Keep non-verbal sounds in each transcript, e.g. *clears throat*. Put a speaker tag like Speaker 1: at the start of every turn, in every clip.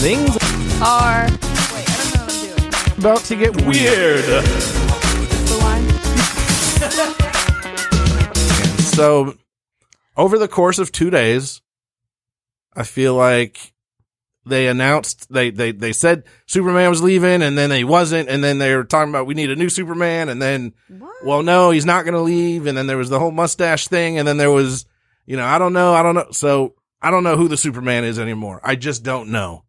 Speaker 1: Things
Speaker 2: are. Wait, I don't know what I'm doing.
Speaker 1: about to get weird. *laughs*
Speaker 2: The line.
Speaker 1: So, over the course of two days, I feel like they announced they they they said Superman was leaving, and then he wasn't, and then they were talking about we need a new Superman, and then
Speaker 2: What?
Speaker 1: well, no, he's not going to leave, and then there was the whole mustache thing, and then there was you know I don't know, I don't know, so I don't know who the Superman is anymore. I just don't know.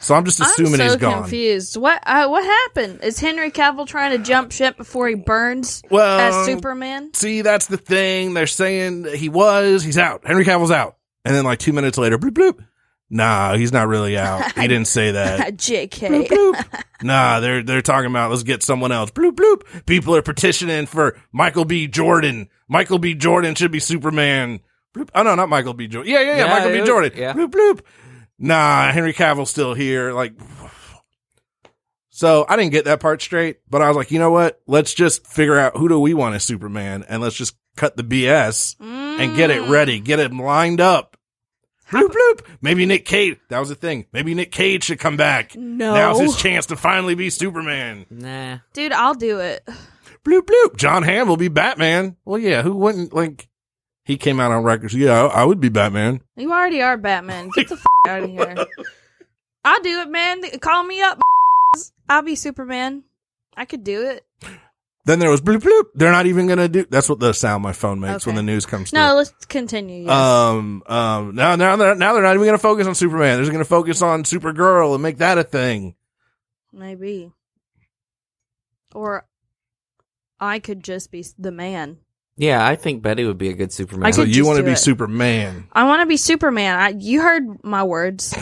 Speaker 1: So I'm just assuming
Speaker 2: I'm so
Speaker 1: he's gone.
Speaker 2: confused. What uh, what happened? Is Henry Cavill trying to jump ship before he burns
Speaker 1: Well,
Speaker 2: as Superman? *laughs*
Speaker 1: see, that's the thing. They're saying he was, he's out. Henry Cavill's out. And then like two minutes later, bloop bloop. Nah, he's not really out. He didn't say that. bloop,
Speaker 2: Jk.
Speaker 1: bloop. *laughs* Nah, they're they're talking about let's get someone else. Bloop bloop. People are petitioning for Michael B. Jordan. Michael B. Jordan should be Superman. Bloop. Oh no, not Michael B. Jordan. Yeah, yeah, yeah.
Speaker 3: Yeah,
Speaker 1: Michael B.
Speaker 3: it-
Speaker 1: Jordan.
Speaker 3: yeah.
Speaker 1: Bloop bloop. Nah, Henry Cavill's still here. Like, so I didn't get that part straight, but I was like, you know what? Let's just figure out who do we want as Superman, and let's just cut the BS and get it ready, get it lined up. Bloop bloop. Maybe Nick Cage. That was the thing. Maybe Nick Cage should come back.
Speaker 2: No.
Speaker 1: Now's his chance to finally be Superman.
Speaker 3: Nah.
Speaker 2: Dude, I'll do it.
Speaker 1: Bloop bloop. John Hamm will be Batman. Well, yeah. Who wouldn't like? He came out on records. Yeah, I I would be Batman.
Speaker 2: You already are Batman. Get the f- out of
Speaker 1: *laughs*
Speaker 2: here. I'll do it, man. Call me up. *laughs* I'll be Superman. I could do it.
Speaker 1: Then there was bloop bloop. They're not even gonna do. That's what the sound my phone makes when
Speaker 2: Okay.
Speaker 1: the news comes. through.
Speaker 2: No, let's continue. Yes.
Speaker 1: Um, um, now, now they're, now they're not even going to focus on Superman. They're just going to focus on Supergirl and make that a thing.
Speaker 2: Maybe. Or I could just be the man.
Speaker 3: Yeah, I think Betty would be a good Superman.
Speaker 2: I
Speaker 1: So
Speaker 2: could-
Speaker 1: you
Speaker 2: just
Speaker 1: want to
Speaker 2: do
Speaker 1: be
Speaker 2: it.
Speaker 1: Superman.
Speaker 2: I want to be Superman. I, you heard my words.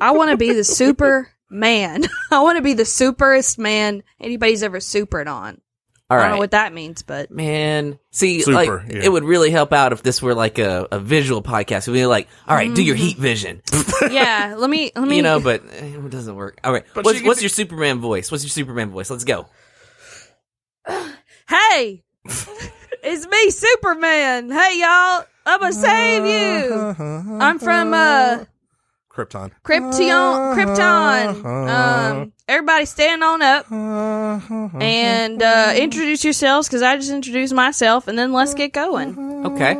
Speaker 2: I want to be the Superman. *laughs* I want to be the superest man anybody's ever supered on.
Speaker 3: All
Speaker 2: I don't know
Speaker 3: right.
Speaker 2: what that means, but
Speaker 3: Man, see,
Speaker 1: Super,
Speaker 3: like
Speaker 1: yeah.
Speaker 3: it would really help out if this were like a, a visual podcast. We'd be like, all right, do your
Speaker 2: Mm-hmm.
Speaker 3: heat vision,
Speaker 2: yeah. Let me. Let me.
Speaker 3: *laughs* you know. But eh, it doesn't work. All right,
Speaker 1: But
Speaker 3: what's,
Speaker 1: she could
Speaker 3: what's
Speaker 1: be-
Speaker 3: your Superman voice? What's your Superman voice? Let's go.
Speaker 2: hey, it's me, Superman. Hey, y'all. I'm gonna save you. I'm from uh
Speaker 1: Krypton.
Speaker 2: Krypton. Krypton. Um, everybody, stand on up. and uh, introduce yourselves because I just introduced myself, and then let's get going.
Speaker 3: Okay,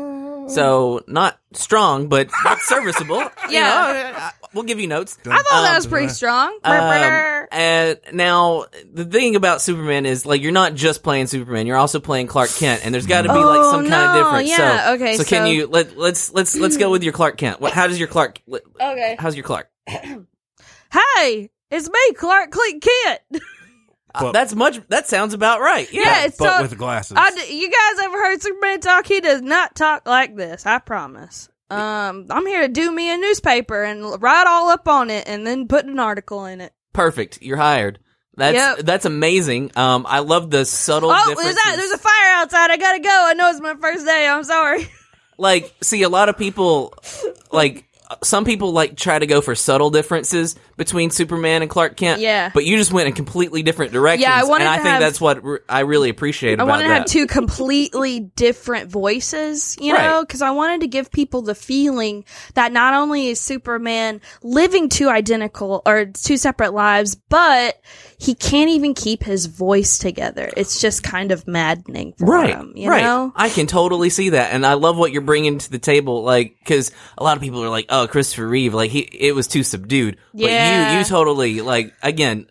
Speaker 3: so not strong, but not
Speaker 2: *laughs*
Speaker 3: serviceable. yeah, we'll give you notes.
Speaker 2: I thought that was pretty strong.
Speaker 3: Um, and now the thing about Superman is like you're not just playing Superman, you're also playing Clark Kent, and there's got to be like
Speaker 2: Oh,
Speaker 3: some kind of
Speaker 2: no,
Speaker 3: difference.
Speaker 2: yeah,
Speaker 3: so,
Speaker 2: okay,
Speaker 3: So can
Speaker 2: so-
Speaker 3: you let let's let's let's go with your Clark Kent. What, how does your Clark? wh-
Speaker 2: Okay.
Speaker 3: How's your Clark?
Speaker 2: hey, it's me, Clark Clint Kent.
Speaker 3: Uh,
Speaker 1: But-
Speaker 3: that's much. That sounds about right. Yeah.
Speaker 2: yeah, it's
Speaker 1: But
Speaker 2: so.
Speaker 1: with glasses.
Speaker 2: I d- you guys ever heard Superman talk? He does not talk like this. I promise. Um, I'm here to do me a newspaper and l- write all up on it, and then put an article in it.
Speaker 3: Perfect. You're hired. That's
Speaker 2: Yep.
Speaker 3: that's amazing. Um, I love the subtle.
Speaker 2: Oh,
Speaker 3: differences.
Speaker 2: there's that. There's a fire outside. I gotta go. I know it's my first day. I'm sorry.
Speaker 3: like see a lot of people like some people like try to go for subtle differences between Superman and Clark Kent.
Speaker 2: Yeah.
Speaker 3: but you just went in completely different directions.
Speaker 2: Yeah, I wanted
Speaker 3: and I
Speaker 2: to
Speaker 3: think
Speaker 2: have-
Speaker 3: that's what re- I really appreciate
Speaker 2: I
Speaker 3: about
Speaker 2: wanted to
Speaker 3: that.
Speaker 2: have two completely different voices, you
Speaker 3: Right.
Speaker 2: know, because I wanted to give people the feeling that not only is Superman living two identical or two separate lives, but he can't even keep his voice together. It's just kind of maddening for
Speaker 3: Right,
Speaker 2: him, you
Speaker 3: right.
Speaker 2: know?
Speaker 3: I can totally see that, and I love what you're bringing to the table. Like, because a lot of people are like, "Oh, Christopher Reeve, like he, it was too subdued." But
Speaker 2: Yeah.
Speaker 3: you, you totally like again.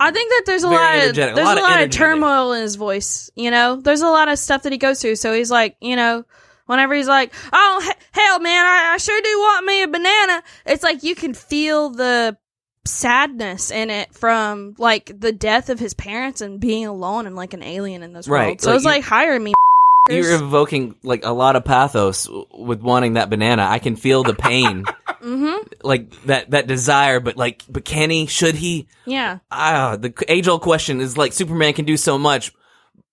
Speaker 2: I think that there's a
Speaker 3: Very
Speaker 2: lot of
Speaker 3: energetic,
Speaker 2: there's
Speaker 3: a lot of energy in it.
Speaker 2: turmoil in his voice. You know, there's a lot of stuff that he goes through. So he's like, you know, whenever he's like, "Oh he- hell, man, I, I sure do want me a banana," it's like you can feel the sadness in it from like the death of his parents and being alone and like an alien in this
Speaker 3: Right,
Speaker 2: world. So
Speaker 3: like
Speaker 2: it's
Speaker 3: you-
Speaker 2: like, hire me.
Speaker 3: *laughs* You're evoking like a lot of pathos w- with wanting that banana. I can feel
Speaker 2: *laughs*
Speaker 3: the pain,
Speaker 2: hmm
Speaker 3: like that that desire. But like, but can he? Should he?
Speaker 2: Yeah,
Speaker 3: ah, the age old question is like Superman can do so much,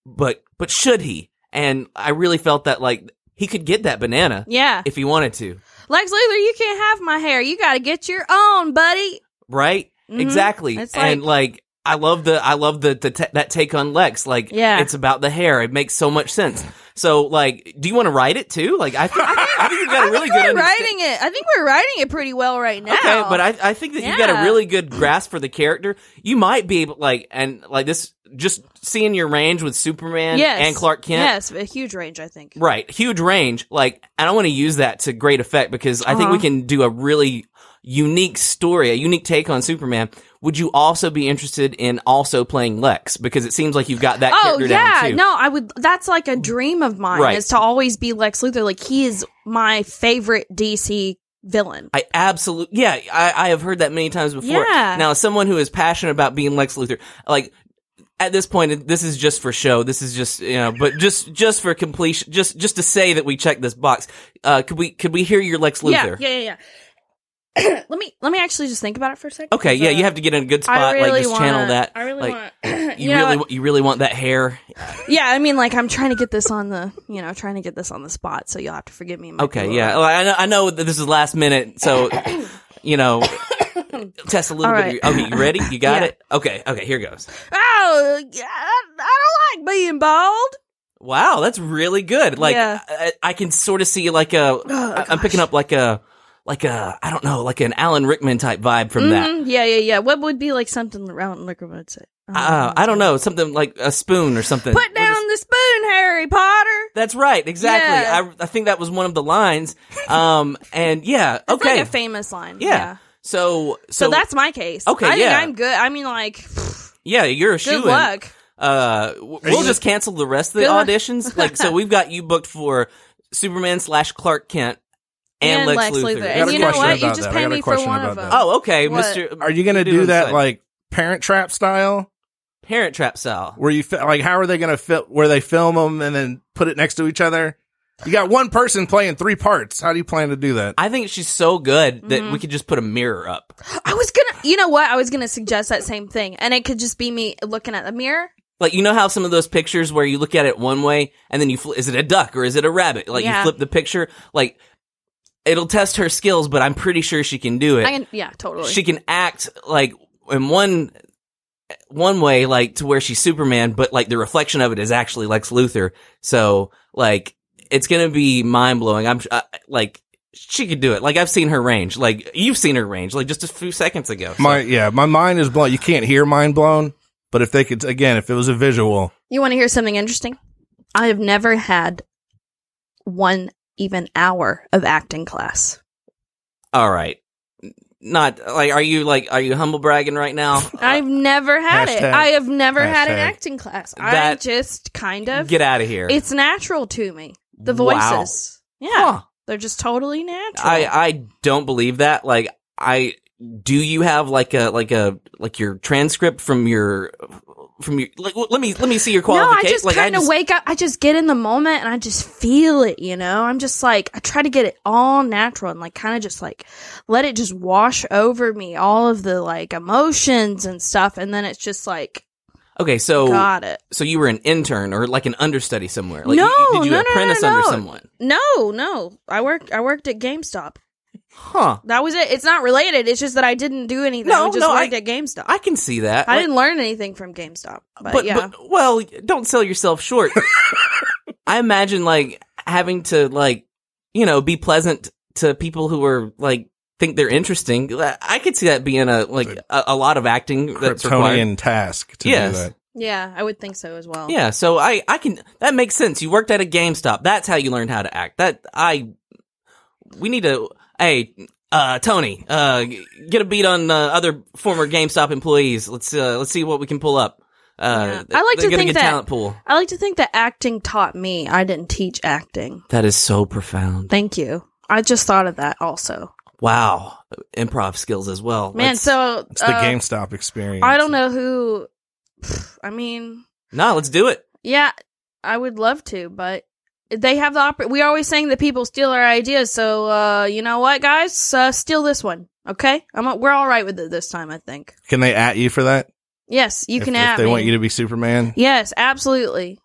Speaker 3: but but should he? And I really felt that like he could get that banana
Speaker 2: yeah.
Speaker 3: if he wanted to,
Speaker 2: Lex Luthor, you can't have my hair. You got to get your own, buddy.
Speaker 3: right?
Speaker 2: Mhm.
Speaker 3: Exactly.
Speaker 2: It's
Speaker 3: and like I love the I love the, the ta that take on Lex. Like
Speaker 2: Yeah.
Speaker 3: it's about the hair. It makes so much sense. So like, do you want to write it too? Like, I think, I think you've got
Speaker 2: *laughs*
Speaker 3: a
Speaker 2: I
Speaker 3: really
Speaker 2: think
Speaker 3: good
Speaker 2: we're
Speaker 3: understa-
Speaker 2: writing it. I think we're writing it pretty well right now.
Speaker 3: Okay, but I, I think that you've got
Speaker 2: Yeah.
Speaker 3: a really good grasp for the character. You might be able, like, and like this, just seeing your range with Superman
Speaker 2: yes.
Speaker 3: and Clark Kent.
Speaker 2: Yes, a huge range. I think.
Speaker 3: Right. Huge range. Like, and I want to use that to great effect because I think we
Speaker 2: Uh-huh.
Speaker 3: can do a really unique story, a unique take on Superman. Would you also be interested in also playing Lex? Because it seems like you've got that
Speaker 2: Oh
Speaker 3: character down
Speaker 2: yeah,
Speaker 3: too.
Speaker 2: no, I would. That's like a dream of mine
Speaker 3: Right.
Speaker 2: is to always be Lex Luthor. Like he is my favorite DC villain.
Speaker 3: I absolutely, yeah, I, I have heard that many times before.
Speaker 2: Yeah.
Speaker 3: Now, as someone who is passionate about being Lex Luthor, like, at this point, this is just for show. This is just, you know, but just, just for completion, just, just to say that we checked this box. Uh, could we, could we hear your Lex Luthor?
Speaker 2: Yeah, yeah, yeah, yeah. *clears throat* let me let me actually just think about it for a second.
Speaker 3: Okay, yeah, you have to get in a good spot. like, just channel that.
Speaker 2: I really
Speaker 3: like,
Speaker 2: want. *clears throat*
Speaker 3: *clears throat* You really, wa- you really want that hair?
Speaker 2: yeah. I mean, like, I'm trying to get this on the, you know, trying to get this on the spot. So you'll have to forgive me. It might be a
Speaker 3: Okay,
Speaker 2: little-
Speaker 3: yeah. Well, I know, I know that this is last
Speaker 2: *coughs*
Speaker 3: minute, so you know, test a little
Speaker 2: All
Speaker 3: bit. Of your, okay, you ready? You got
Speaker 2: Yeah.
Speaker 3: it. Okay, okay. Here goes.
Speaker 2: Oh, yeah, I, I don't like being bald.
Speaker 3: Wow, that's really good. Like,
Speaker 2: Yeah. Oh,
Speaker 3: I, I can sort of see like a. I- I'm picking up like a, like a, I don't know, like an Alan Rickman type vibe from that.
Speaker 2: Mhm, Yeah, yeah, yeah. What would be like something around liquor would say? Um,
Speaker 3: Uh, I don't know, something like a spoon or something.
Speaker 2: Put down the spoon, Harry Potter.
Speaker 3: That's right, exactly.
Speaker 2: Yeah.
Speaker 3: I, I think that was one of the lines. Um, and yeah,
Speaker 2: *laughs* That's
Speaker 3: okay.
Speaker 2: like a famous line.
Speaker 3: Yeah. So, so,
Speaker 2: So, that's my case.
Speaker 3: Okay,
Speaker 2: I think
Speaker 3: yeah.
Speaker 2: I'm good. I mean, like,
Speaker 3: yeah, you're a
Speaker 2: good
Speaker 3: shoe in.
Speaker 2: luck.
Speaker 3: Uh, w- we'll just cancel the rest of
Speaker 2: Good
Speaker 3: the
Speaker 2: luck. *laughs*
Speaker 3: auditions. Like, so we've got you booked for Superman slash Clark Kent and, Lex, Luthor.
Speaker 1: got
Speaker 2: And
Speaker 1: a
Speaker 2: you know
Speaker 1: question
Speaker 2: what? You
Speaker 1: about
Speaker 2: just
Speaker 1: that. I
Speaker 2: pay
Speaker 1: got a
Speaker 2: me for
Speaker 1: question
Speaker 2: one
Speaker 1: about
Speaker 2: of them.
Speaker 1: that.
Speaker 3: Oh, okay,
Speaker 2: What?
Speaker 3: Mister.
Speaker 1: Are you going to
Speaker 3: you're
Speaker 1: do
Speaker 3: doing
Speaker 1: that
Speaker 3: side.
Speaker 1: like Parent Trap style?
Speaker 3: Parent Trap style?
Speaker 1: Where you fi- like, how are they going to fit where they film them and then put it next to each other? You got one person playing three parts. How do you plan to do that?
Speaker 3: I think she's so good that
Speaker 2: Mhm.
Speaker 3: we could just put a mirror up,
Speaker 2: I was gonna, you know what? I was gonna suggest that same thing, and it could just be me looking at the mirror.
Speaker 3: like you know how some of those pictures where you look at it one way and then you fl- is it a duck or is it a rabbit? Like you
Speaker 2: Yeah.
Speaker 3: flip the picture, like it'll test her skills, but I'm pretty sure she can do it.
Speaker 2: I can, yeah, totally.
Speaker 3: she can act like in one one way like to where she's superman but like the reflection of it is actually lex luthor so like it's gonna be mind-blowing i'm I, like she could do it like i've seen her range like you've seen her range like just a few seconds ago So-
Speaker 1: My yeah, my mind is blown. You can't hear mind blown, but if they could again, if it was a visual,
Speaker 2: you want to hear something interesting? I have never had one even hour of acting class.
Speaker 3: all right not like are you like are you humble bragging right
Speaker 2: *laughs*
Speaker 3: now
Speaker 2: I've never had it.
Speaker 1: hashtag-
Speaker 2: I have never had an
Speaker 1: hashtag.
Speaker 2: acting class. I
Speaker 3: That-
Speaker 2: just kind
Speaker 3: Uh,
Speaker 2: of
Speaker 3: get out of here
Speaker 2: it's natural to me. The
Speaker 3: Wow.
Speaker 2: voices. Yeah.
Speaker 3: Huh.
Speaker 2: They're just totally natural.
Speaker 3: I I don't believe that. Like I do you have like a like a like your transcript from your from your like let me let me see your
Speaker 2: no, I
Speaker 3: qualifications.
Speaker 2: just
Speaker 3: like
Speaker 2: kind of wake up. I just get in the moment and I just feel it, you know? I'm just like, I try to get it all natural and like kind of just like let it just wash over me, all of the like emotions and stuff. And then it's just like,
Speaker 3: Okay, so
Speaker 2: got it.
Speaker 3: so you were an intern or like an understudy somewhere. Like
Speaker 2: No,
Speaker 3: you, you- did you
Speaker 2: no, no, no,
Speaker 3: apprentice under
Speaker 2: no.
Speaker 3: someone?
Speaker 2: No, no. I worked, I worked at GameStop.
Speaker 3: Huh.
Speaker 2: That was it. It's not related. It's just that I didn't do anything.
Speaker 3: No,
Speaker 2: I just
Speaker 3: no, I-
Speaker 2: worked at GameStop.
Speaker 3: I can see that.
Speaker 2: I
Speaker 3: Like,
Speaker 2: didn't learn anything from GameStop. But,
Speaker 3: but,
Speaker 2: yeah.
Speaker 3: but well, don't sell yourself
Speaker 2: *laughs*
Speaker 3: short. I imagine like having to like you know be pleasant to people who are like think they're interesting. I could see that being a like a, a lot of acting that's required.
Speaker 1: Kryptonian task to
Speaker 3: Yes.
Speaker 1: do that.
Speaker 2: yeah, I would think so as well.
Speaker 3: Yeah, so I I can that makes sense. You worked at a GameStop. That's how you learned how to act. That I we need to hey uh Tony, uh g- get a beat on uh, other former GameStop employees. Let's uh let's see what we can pull up. Uh
Speaker 2: Yeah. I like
Speaker 3: they're
Speaker 2: to
Speaker 3: gonna
Speaker 2: think
Speaker 3: get
Speaker 2: that-
Speaker 3: talent pool.
Speaker 2: I like to think that acting taught me. I didn't teach acting.
Speaker 3: That is so profound.
Speaker 2: Thank you. I just thought of that also.
Speaker 3: Wow. Improv skills as well.
Speaker 2: Man,
Speaker 3: Let's-
Speaker 2: so
Speaker 1: It's the
Speaker 2: uh,
Speaker 1: GameStop experience.
Speaker 2: I don't know who pff, I mean,
Speaker 3: No, let's do it.
Speaker 2: yeah, I would love to, but they have the oppor- we always saying that people steal our ideas, so uh you know what guys? Uh, steal this one, okay? I'm a- we're all right with it this time, I think.
Speaker 1: Can they at you for that?
Speaker 2: Yes, you
Speaker 1: if,
Speaker 2: can
Speaker 1: If
Speaker 2: at
Speaker 1: they
Speaker 2: me.
Speaker 1: want you to be Superman,
Speaker 2: yes, absolutely.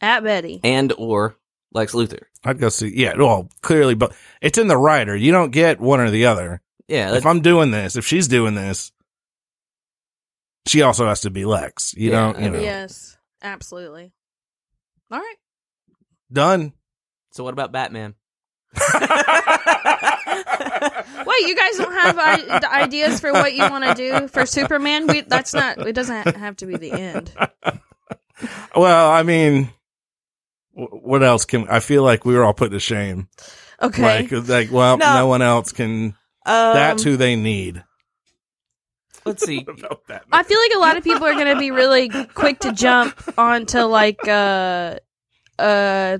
Speaker 2: At Betty.
Speaker 3: And or Lex Luthor.
Speaker 1: I'd go see. Yeah, well, clearly, but it's in the writer. You don't get one or the other.
Speaker 3: Yeah,
Speaker 1: If
Speaker 3: that-
Speaker 1: I'm doing this, if she's doing this, she also has to be Lex. You
Speaker 3: Yeah,
Speaker 1: don't. You
Speaker 3: I
Speaker 1: know.
Speaker 3: mean-
Speaker 2: Yes, absolutely. All right.
Speaker 1: Done.
Speaker 3: So what about Batman?
Speaker 2: Wait, you guys don't have I- *laughs* the ideas for what you want to do for Superman? We, that's not. It doesn't have to be the end.
Speaker 1: Well, I mean, w- what else can I feel like we were all put to shame?
Speaker 2: Okay.
Speaker 1: Like, like, well, no.
Speaker 3: No.
Speaker 1: one else can. That's
Speaker 3: Um,
Speaker 1: who they need.
Speaker 3: Let's
Speaker 1: *laughs*
Speaker 3: see.
Speaker 1: About that.
Speaker 2: I feel like a lot of people are going to be really quick to jump onto like uh uh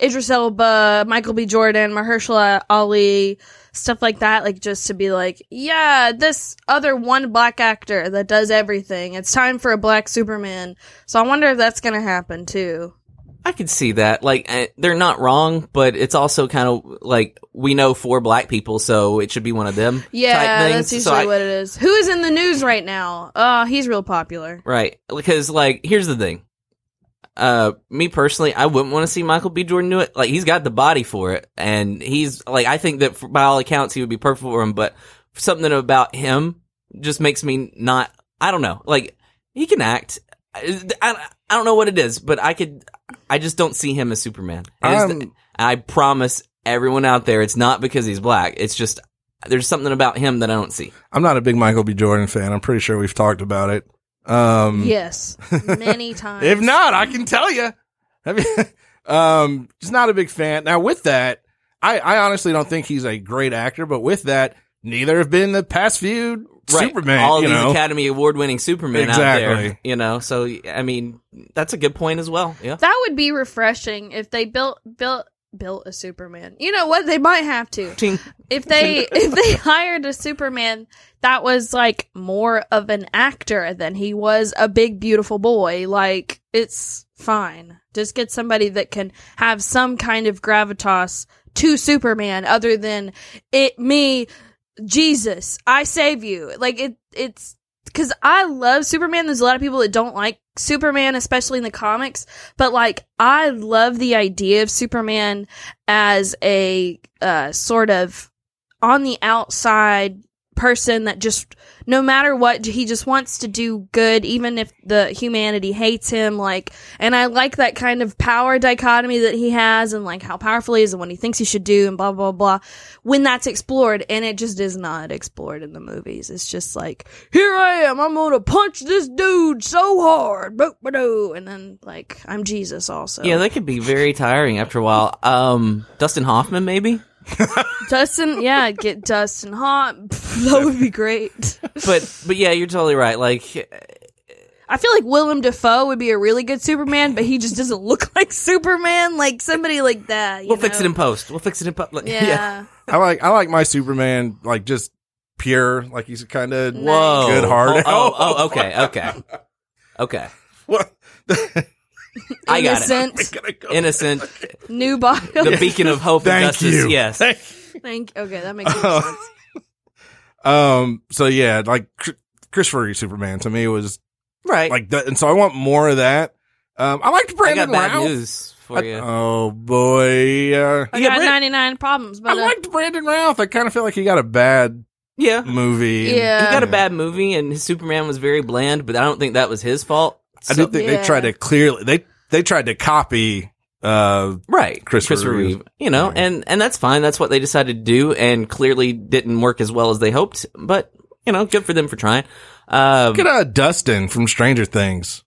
Speaker 2: Idris Elba, Michael B. Jordan, Mahershala Ali, stuff like that. Like just to be like, yeah, this other one black actor that does everything. It's time for a black Superman. So I wonder if that's going to happen too.
Speaker 3: I can see that. Like eh, they're not wrong, but it's also kind of like we know four black people, so it should be one of them. type
Speaker 2: Yeah,
Speaker 3: things.
Speaker 2: that's
Speaker 3: So
Speaker 2: usually
Speaker 3: I-
Speaker 2: what it is. Who is in the news right now? Uh, he's real popular.
Speaker 3: Right. Because like here's the thing. Uh me personally, I wouldn't want to see Michael B. Jordan do it. Like he's got the body for it and he's like I think that for, by all accounts he would be perfect for him, but something about him just makes me not I don't know. Like he can act. I, I, I don't know what it is, but I could I just don't see him as Superman. It is
Speaker 1: I'm-
Speaker 3: the- I promise everyone out there it's not because he's black. It's just there's something about him that I don't see.
Speaker 1: I'm not a big Michael B. Jordan fan. I'm pretty sure we've talked about it. Um,
Speaker 3: Mm. *laughs*
Speaker 2: Yes, many times.
Speaker 1: If not, I can tell you. *laughs* um, just not a big fan. Now, with that, I, I honestly don't think he's a great actor, but with that, neither have been the past few
Speaker 3: Right.
Speaker 1: Superman.
Speaker 3: all
Speaker 1: you
Speaker 3: these
Speaker 1: know.
Speaker 3: Academy Award winning Superman out
Speaker 1: Exactly.
Speaker 3: there, you know. So I mean, that's a good point as well. Yeah,
Speaker 2: That would be refreshing if they built built built a Superman. You know what? They might have to.
Speaker 3: Ting.
Speaker 2: If they *laughs* if they hired a Superman that was like more of an actor than he was a big beautiful boy, like it's fine. Just get somebody that can have some kind of gravitas to Superman other than it me Jesus, I save you. Like it it's cuz I love Superman. There's a lot of people that don't like Superman especially in the comics, but like I love the idea of Superman as a uh, sort of on the outside person that just no matter what he just wants to do good even if the humanity hates him like and i like that kind of power dichotomy that he has and like how powerful he is and what he thinks he should do and blah blah blah when that's explored and it just is not explored in the movies it's just like here i am i'm gonna punch this dude so hard boop-a-doo. and then like i'm jesus also
Speaker 3: yeah, that could be very tiring after a while. Um, Dustin Hoffman, maybe,
Speaker 2: Dustin, yeah, get Dustin hot. *laughs* That would be great.
Speaker 3: but but yeah, you're totally right. Like,
Speaker 2: I feel like Willem Dafoe would be a really good Superman, but he just doesn't look *laughs* like Superman. Like somebody like that. you
Speaker 3: we'll fix
Speaker 2: know?
Speaker 3: it in *laughs* post. We'll fix it in post. Like, *laughs*
Speaker 2: Yeah.
Speaker 1: I like I like my Superman like just pure, like he's kind of
Speaker 2: No.
Speaker 3: Whoa.
Speaker 1: Good heart.
Speaker 3: Oh, oh,
Speaker 1: *laughs*
Speaker 3: oh, okay, okay, okay.
Speaker 1: what? *laughs*
Speaker 3: I got it.
Speaker 2: Innocent, *laughs*
Speaker 3: Innocent,
Speaker 2: new bio.
Speaker 3: *laughs* the beacon of hope
Speaker 1: Thank
Speaker 3: and justice.
Speaker 1: you.
Speaker 3: Yes,
Speaker 2: *laughs* Thank. Okay, that makes
Speaker 3: Oh.
Speaker 2: more sense.
Speaker 1: Uh, um. So yeah, like Chr- Christopher Reeve Superman to me was
Speaker 3: right.
Speaker 1: like, that, and so I want more of that. Um, I liked
Speaker 3: I
Speaker 1: Brandon
Speaker 3: got bad
Speaker 1: Routh.
Speaker 3: news for
Speaker 1: I-
Speaker 3: you.
Speaker 1: Oh boy, uh,
Speaker 2: I
Speaker 1: yeah,
Speaker 2: got
Speaker 1: Brand-
Speaker 2: ninety nine problems,
Speaker 1: I
Speaker 2: but uh,
Speaker 1: liked Brandon Routh. I kind of feel like he got a bad
Speaker 3: yeah,
Speaker 1: movie.
Speaker 2: Yeah.
Speaker 3: he got
Speaker 1: Um,
Speaker 3: a bad movie, and his Superman was very bland. But I don't think that was his fault.
Speaker 1: I do think
Speaker 2: Yeah.
Speaker 1: they tried to clearly they they tried to copy. Uh,
Speaker 3: right
Speaker 1: Christopher Reeve.
Speaker 3: you know
Speaker 1: Yeah.
Speaker 3: and and that's fine that's what they decided to do and clearly didn't work as well as they hoped but you know good for them for trying um,
Speaker 1: look at uh, Dustin from Stranger Things.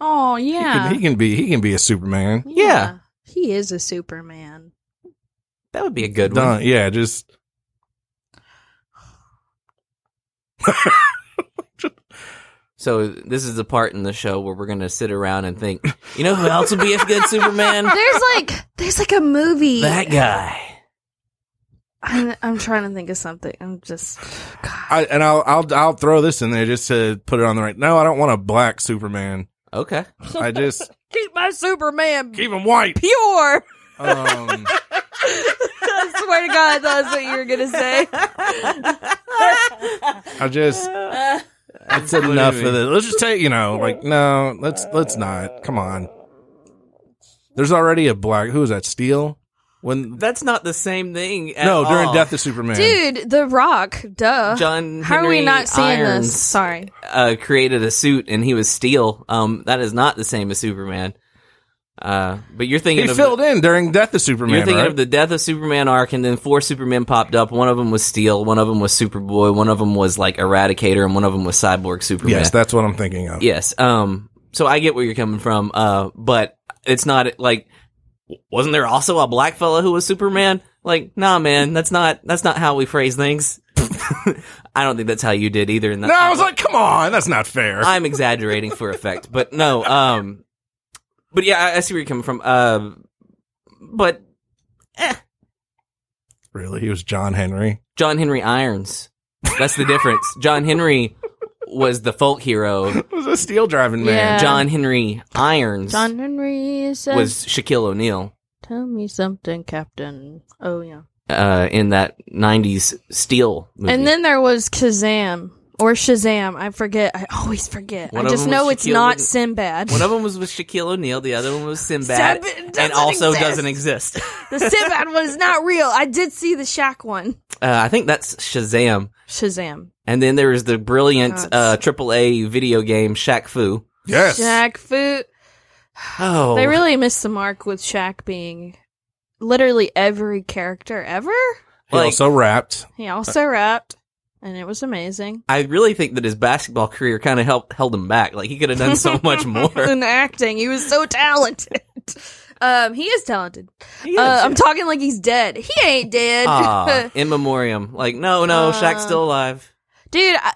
Speaker 2: oh
Speaker 1: He can-
Speaker 2: yeah.
Speaker 1: he can be he can be a Superman.
Speaker 3: yeah.
Speaker 2: he is a Superman.
Speaker 3: that would be a good one
Speaker 1: Done. Yeah, just.
Speaker 3: so this is the part in the show where we're gonna sit around and think you know who else would be a good
Speaker 1: *laughs*
Speaker 3: superman
Speaker 2: There's like there's like a movie.
Speaker 3: that guy
Speaker 2: I'm, I'm trying to think of something. I'm just. God.
Speaker 1: I, and I'll I'll I'll throw this in there just to put it on the right. No, I don't want a black Superman.
Speaker 3: okay
Speaker 1: I
Speaker 3: *laughs*
Speaker 1: just
Speaker 2: Keep my Superman
Speaker 1: keep him white.
Speaker 2: pure.
Speaker 1: Um,
Speaker 2: I swear to God, that's what you were gonna
Speaker 3: *laughs*
Speaker 2: say.
Speaker 1: I just it's
Speaker 3: that's
Speaker 1: enough of this. Let's just take you know, like no, let's let's not. Come on. There's already a black. Who is that? Steel. When
Speaker 3: that's not the same thing at
Speaker 1: no during
Speaker 3: all.
Speaker 1: Death of Superman.
Speaker 2: Dude, The Rock, duh.
Speaker 3: John
Speaker 2: How are we
Speaker 3: Henry
Speaker 2: not seeing
Speaker 3: Irons.
Speaker 2: this? Sorry.
Speaker 3: uh, created a suit and he was steel. Um, that is not the same as Superman. Uh, but you're thinking
Speaker 1: He
Speaker 3: of
Speaker 1: filled in during Death of
Speaker 3: the,
Speaker 1: Superman.
Speaker 3: you're thinking
Speaker 1: right?
Speaker 3: of the death of Superman arc, and then four Supermen popped up. One of them was Steel, one of them was Superboy, one of them was like Eradicator, and one of them was Cyborg Superman.
Speaker 1: yes, that's what I'm thinking of.
Speaker 3: Yes. Um. So I get where you're coming from. Uh. But it's not like wasn't there also a black fella who was Superman? Like, nah, man, that's not that's not how we phrase things. *laughs* I don't think that's how you did either. And that,
Speaker 1: No, I was like, come on, that's not fair.
Speaker 3: *laughs* I'm exaggerating for effect, but no. Um. But yeah, I, I see where you're coming from. Uh. But
Speaker 1: really, he was John Henry. *laughs*
Speaker 3: John Henry Irons. That's the difference. John Henry was the folk hero.
Speaker 1: It was a steel driving man.
Speaker 2: Yeah.
Speaker 3: John Henry Irons
Speaker 2: John Henry says,
Speaker 3: was Shaquille O'Neal.
Speaker 2: "Tell me something, Captain." Oh yeah.
Speaker 3: uh, in that '90s Steel movie.
Speaker 2: And then there was Kazam or Shazam. I forget. I always forget.
Speaker 3: One
Speaker 2: I
Speaker 3: of
Speaker 2: just
Speaker 3: them
Speaker 2: know
Speaker 3: was
Speaker 2: it's
Speaker 3: Shaquille
Speaker 2: not
Speaker 3: O'Neal.
Speaker 2: Sinbad.
Speaker 3: one of them was with Shaquille O'Neal, the other one
Speaker 2: *laughs*
Speaker 3: was Sinbad,
Speaker 2: Sinbad doesn't
Speaker 3: and also
Speaker 2: exist. *laughs*
Speaker 3: doesn't exist.
Speaker 2: the Sinbad one is not real. I did see the Shaq one.
Speaker 3: Uh, I think that's Shazam.
Speaker 2: Shazam.
Speaker 3: And then there is the brilliant
Speaker 2: That's-
Speaker 3: uh, AAA video game Shaq Fu.
Speaker 1: Yes.
Speaker 2: Shaq Fu.
Speaker 3: Oh,
Speaker 2: They really missed the mark with Shaq being literally every character ever.
Speaker 1: he
Speaker 3: like-
Speaker 1: also rapped.
Speaker 2: He also rapped, and it was amazing.
Speaker 3: I really think that his basketball career kind of helped held him back. Like he could have
Speaker 2: *laughs*
Speaker 3: done so much more.
Speaker 2: in acting. He was so talented. Um, he is talented.
Speaker 3: He
Speaker 2: uh,
Speaker 3: is.
Speaker 2: I'm talking like he's dead. He ain't Uh, dead.
Speaker 3: Ah, in memoriam. Like no, no, Shaq's
Speaker 2: Uh,
Speaker 3: still alive.
Speaker 2: *laughs* dude I,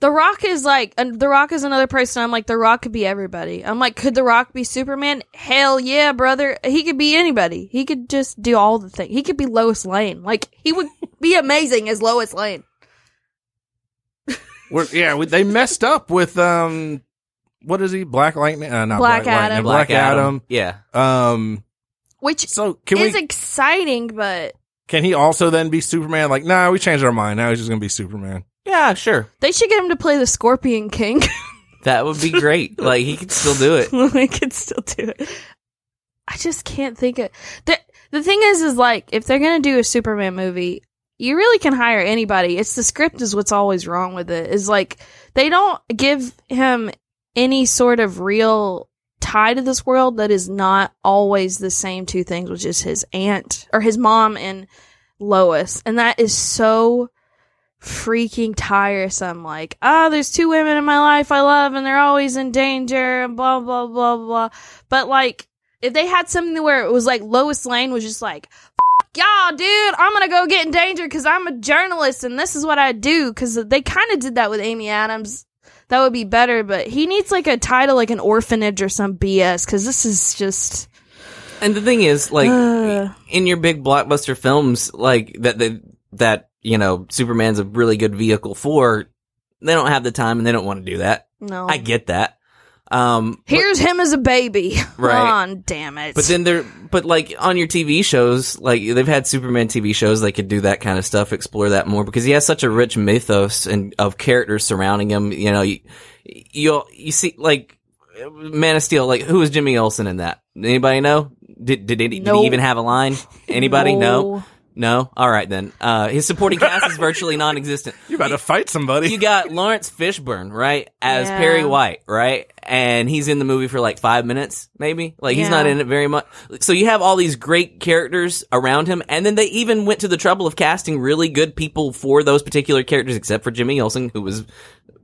Speaker 2: the rock is like and the rock is another person i'm like the rock could be everybody i'm like could the rock be superman hell yeah brother he could be anybody he could just do all the things he could be lois lane like he would be *laughs* amazing as lois lane
Speaker 1: We're, yeah, we, they messed up with um, what is he? Black Lightning? Uh, not
Speaker 2: Black
Speaker 1: Black, Lightning.
Speaker 2: Adam.
Speaker 1: Black, Adam.
Speaker 3: Yeah.
Speaker 1: Um,
Speaker 2: which
Speaker 1: so can
Speaker 2: is
Speaker 1: we?
Speaker 2: exciting but
Speaker 1: can he also then be Superman? Like, nah, we changed our mind. Now he's just gonna be Superman.
Speaker 3: Yeah, sure.
Speaker 2: they should get him to play the scorpion king *laughs*
Speaker 3: That would be great. like he could still do it.
Speaker 2: I could still do it. I just can't think of the the thing is is like if they're gonna do a Superman movie, you really can hire anybody. It's the script is what's always wrong with it. Is like they don't give him any sort of real tie to this world that is not always the same two things, which is his aunt or his mom and Lois. And that is so freaking tiresome. Like, ah, there's two women in my life I love and they're always in danger and blah, blah, blah, blah. But like, if they had something where it was like Lois Lane was just like, "F- y'all, dude, I'm gonna go get in danger because I'm a journalist and this is what I do. Because they kind of did that with Amy Adams. That would be better, but he needs like a title, like an orphanage or some BS, because this is just.
Speaker 3: And the thing is, like,
Speaker 2: Ugh.
Speaker 3: in your big blockbuster films, like that, that, that you know, Superman's a really good vehicle for. They don't have the time, and they don't want to do that.
Speaker 2: No.
Speaker 3: I get that. Um,
Speaker 2: Here's him as a baby. *laughs*
Speaker 3: Right.
Speaker 2: On, damn it.
Speaker 3: but then they're, but like on your TV shows, like they've had Superman TV shows, they could do that kind of stuff, explore that more because he has such a rich mythos and of characters surrounding him. You know, you, you, you see, like Man of Steel, like who was Jimmy Olsen in that? Anybody know? Did did, any- did
Speaker 2: No.
Speaker 3: he even have a line? Anybody? no?
Speaker 2: No.
Speaker 3: No. All right then. Uh, his supporting cast
Speaker 2: *laughs*
Speaker 3: is virtually non-existent.
Speaker 1: You about to fight somebody?
Speaker 3: You got Lawrence Fishburne, right, as
Speaker 2: Yeah.
Speaker 3: Perry White, right, and he's in the movie for like five minutes, maybe. Like
Speaker 2: Yeah.
Speaker 3: he's not in it very much. So you have all these great characters around him, and then they even went to the trouble of casting really good people for those particular characters, except for Jimmy Olsen, who was,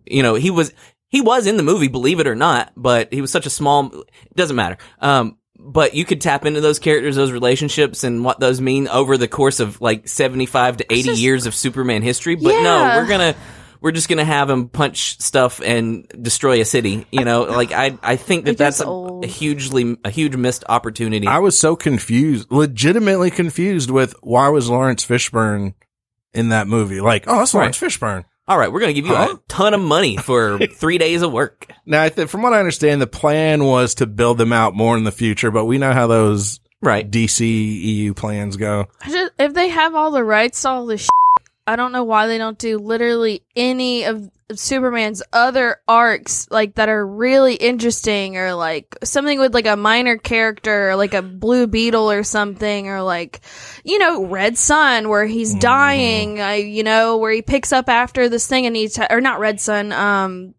Speaker 3: you know, he was he was in the movie, believe it or not, but he was such a small. It doesn't matter. Um, but you could tap into those characters, those relationships, and what those mean over the course of like seventy-five to eighty
Speaker 2: just-
Speaker 3: years of Superman history. But no,
Speaker 2: Yeah.
Speaker 3: we're gonna we're just gonna have him punch stuff and destroy a city. You know, like I I think that
Speaker 2: We're just
Speaker 3: that's a,
Speaker 2: old.
Speaker 3: a hugely a huge missed opportunity.
Speaker 1: I was so confused, legitimately confused with why was Lawrence Fishburne in that movie? Like, oh, that's Lawrence Fishburne.
Speaker 3: All right, we're gonna give you
Speaker 1: Huh?
Speaker 3: a ton of
Speaker 1: *laughs*
Speaker 3: money for three days of work.
Speaker 1: Now, I th- from what I understand, the plan was to build them out more in the future, but we know how those
Speaker 3: Right.
Speaker 1: DC EU plans go.
Speaker 2: I just, if they have all the rights to all this shit, I don't know why they don't do literally any of Superman's other arcs like that are really interesting or like something with like a minor character or like a blue beetle or something or like you know red sun where he's
Speaker 1: Mhm.
Speaker 2: dying uh, you know where he picks up after this thing and he t- or not red sun um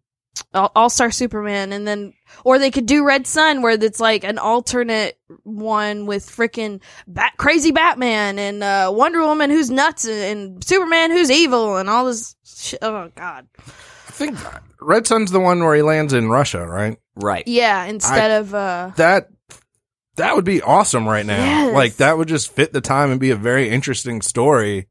Speaker 2: All Star Superman, and then or they could do Red Sun, where it's like an alternate one with freaking bat crazy Batman and uh, Wonder Woman who's nuts and, and Superman who's evil and all this. Sh- oh God,
Speaker 1: I think Red Sun's the one where he lands in Russia, right?
Speaker 3: Right.
Speaker 2: yeah. Instead of uh,
Speaker 1: That that would be awesome right now.
Speaker 2: Yes.
Speaker 1: Like that would just fit the time and be a very interesting story.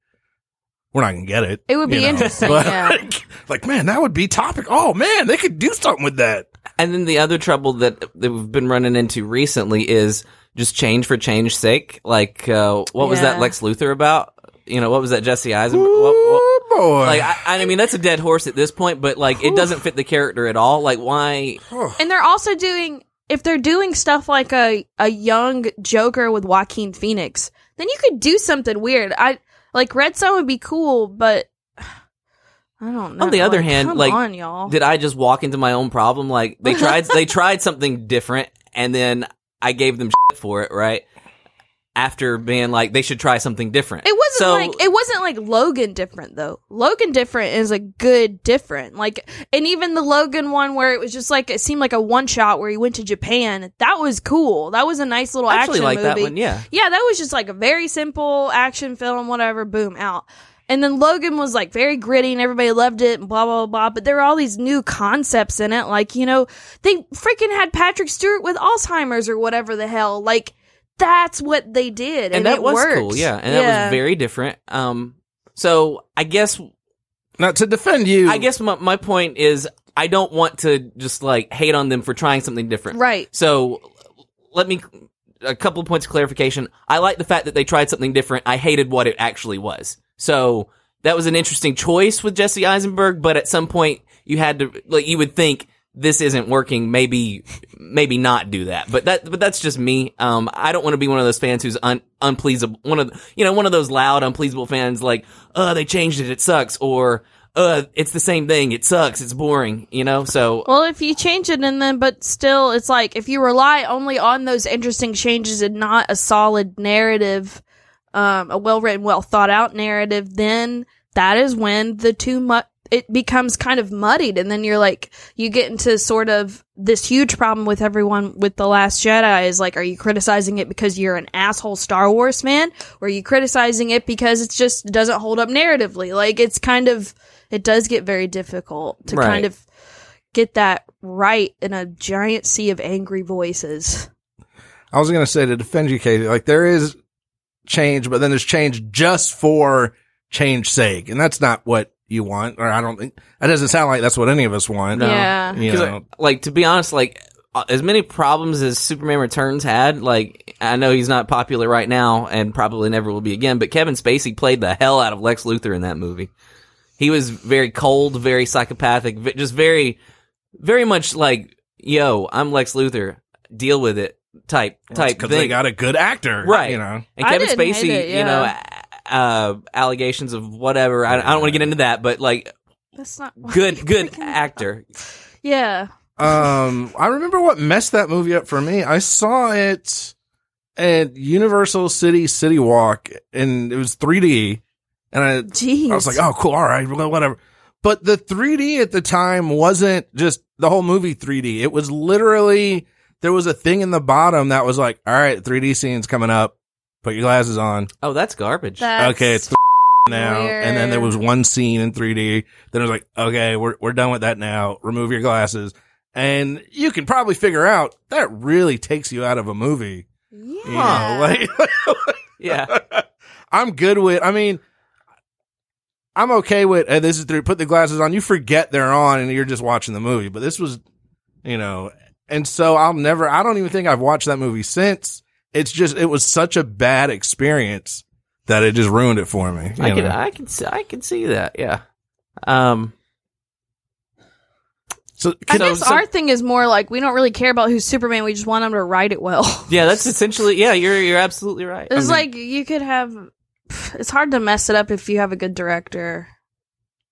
Speaker 1: We're not gonna get it.
Speaker 2: It would
Speaker 1: you
Speaker 2: be interesting, yeah.
Speaker 1: like, like, man, that would be topic. Oh man, they could do something with that.
Speaker 3: And then the other trouble that, that we've been running into recently is just change for change's sake. Like, uh, what was that
Speaker 2: Yeah.
Speaker 3: Lex Luthor about? You know, what was that Jesse Eisenberg? What, what-
Speaker 1: Oh boy.
Speaker 3: like, I, I mean, that's a dead horse at this point, but like, it doesn't fit the character at all. Like, why?
Speaker 2: and they're also doing if they're doing stuff like a a young Joker with Joaquin Phoenix, then you could do something weird. I like Red Sun would be cool, but *sighs* I don't know.
Speaker 3: On the other hand,
Speaker 2: come
Speaker 3: like,
Speaker 2: on, y'all.
Speaker 3: Did I just walk into my own problem? Like,
Speaker 2: *laughs*
Speaker 3: they tried, they tried something different, and then I gave them shit for it, right? After being like, they should try something different.
Speaker 2: It wasn't
Speaker 3: So-
Speaker 2: like it wasn't like Logan different though. Logan different is a good different. Like and even the Logan one where it was just like it seemed like a one shot where he went to Japan. That was cool. That was a nice little
Speaker 3: I actually
Speaker 2: action
Speaker 3: like
Speaker 2: movie.
Speaker 3: that one, yeah.
Speaker 2: Yeah, that was just like a very simple action film, whatever, boom, out. And then Logan was like very gritty and everybody loved it and blah, blah, blah. But there were all these new concepts in it. Like, you know, they freaking had Patrick Stewart with Alzheimer's or whatever the hell. Like, that's what they did. And,
Speaker 3: and, that
Speaker 2: it
Speaker 3: was
Speaker 2: worked.
Speaker 3: cool, yeah, and that was very different. Um, so I guess
Speaker 1: Now to defend you,
Speaker 3: I guess my, my point is I don't want to just like hate on them for trying something different.
Speaker 2: Right.
Speaker 3: So let me a couple of points of clarification. I like the fact that they tried something different. I hated what it actually was. So that was an interesting choice with Jesse Eisenberg, but at some point you had to like you would think this isn't working. Maybe maybe not do that. But that but that's just me. Um, I don't want to be one of those fans who's un, unpleasable. One of you know one of those loud unpleasable fans like uh they changed it. It sucks or. Uh, it's the same thing. It sucks. It's boring, you know. So
Speaker 2: Well, if you change it and then, but still, it's like if you rely only on those interesting changes and not a solid narrative, um, a well written, well thought out narrative, then that is when the too much it becomes kind of muddied, and then you're like you get into sort of this huge problem with everyone with the Last Jedi is like, are you criticizing it because you're an asshole Star Wars fan, or are you criticizing it because it just doesn't hold up narratively? Like it's kind of it does get very difficult to
Speaker 3: Right.
Speaker 2: kind of get that right in a giant sea of angry voices.
Speaker 1: I was gonna say to defend you, Katie, like there is change, but then there's change just for change sake, and that's not what you want. Or I don't think that doesn't sound like that's what any of us want.
Speaker 3: No.
Speaker 2: Yeah.
Speaker 1: You
Speaker 3: 'Cause,
Speaker 1: know,
Speaker 3: like- like to be honest, like uh, as many problems as Superman Returns had, like I know he's not popular right now and probably never will be again, but Kevin Spacey played the hell out of Lex Luthor in that movie. He was very cold, very psychopathic, ve- just very, very much like, "Yo, I'm Lex Luthor, deal with it." Type type
Speaker 1: because
Speaker 3: thing.
Speaker 1: they got a good actor,
Speaker 3: Right.
Speaker 1: You know,
Speaker 3: And
Speaker 2: I
Speaker 3: Kevin
Speaker 2: didn't hate
Speaker 3: Spacey,
Speaker 2: it,
Speaker 3: you know,
Speaker 2: yeah.
Speaker 3: a- uh, allegations of whatever. I, I don't want to get into that, but like,
Speaker 2: That's not *laughs*
Speaker 3: good, good actor.
Speaker 2: Yeah.
Speaker 1: um, I remember what messed that movie up for me. I saw it at Universal City City Walk, and it was 3D, and I
Speaker 2: Jeez.
Speaker 1: I was like, oh, cool. All right. well, Whatever. But the 3D at the time wasn't just the whole movie 3D. It was literally, there was a thing in the bottom that was like, all right, 3D scene's coming up. Put your glasses on.
Speaker 3: Oh, that's garbage.
Speaker 2: That's-
Speaker 1: okay. It's now. And then there was one scene in 3D. Then it was like, okay, we're, we're done with that now. Remove your glasses. And you can probably figure out that really takes you out of a movie.
Speaker 2: Yeah.
Speaker 1: You
Speaker 3: Oh,
Speaker 1: know, like,
Speaker 3: yeah.
Speaker 1: *laughs* I'm good with. I mean, I'm okay with. And this is through. Put the glasses on. You forget they're on, and you're just watching the movie. But this was, you know, and so I'll never. I don't even think I've watched that movie since. It's just it was such a bad experience that it just ruined it for me. you
Speaker 3: I can,
Speaker 1: know.
Speaker 3: I can, see, I can see that. Yeah. Um.
Speaker 1: so
Speaker 2: I
Speaker 1: can-
Speaker 3: So-
Speaker 2: guess
Speaker 3: so-
Speaker 2: our thing is more like we don't really care about who's Superman. We just want him to write
Speaker 1: *laughs*
Speaker 2: it well.
Speaker 3: Yeah, that's essentially. Yeah, you're you're absolutely right.
Speaker 2: *laughs* It's
Speaker 3: I mean,
Speaker 2: like you could have. It's hard to mess it up if you have a good director,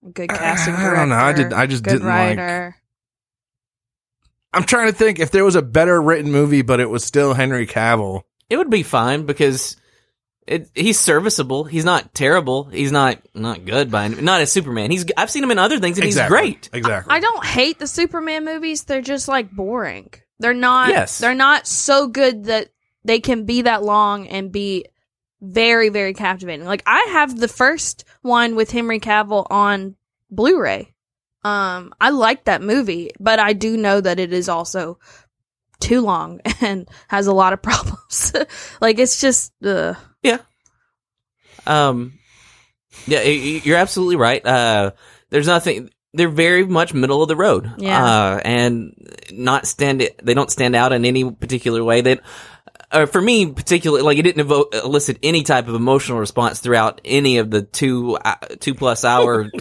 Speaker 2: a good casting
Speaker 1: I
Speaker 2: director.
Speaker 1: don't know. I did- I just
Speaker 2: good
Speaker 1: didn't like-
Speaker 2: writer.
Speaker 1: I'm trying to think if there was a better written movie, but it was still Henry Cavill.
Speaker 3: it would be fine because It, he's serviceable. He's not terrible. He's not not good by any, not as Superman. He's I've seen him in other things and
Speaker 1: exactly.
Speaker 3: he's great.
Speaker 1: Exactly.
Speaker 2: I don't hate the Superman movies. They're just like boring. They're not.
Speaker 3: Yes.
Speaker 2: They're not so good that they can be that long and be very, very captivating. Like I have the first one with Henry Cavill on Blu-ray. Um, I like that movie, but I do know that it is also too long *laughs* and has a lot of problems. *laughs* like it's just, uh,
Speaker 3: Um, yeah, y- y- you're absolutely right. Uh, there's nothing. They're very much middle of the road.
Speaker 2: Yeah.
Speaker 3: Uh, and not stand. They don't stand out in any particular way. That, uh, for me, particularly, like it didn't evo- elicit any type of emotional response throughout any of the two uh, two plus hours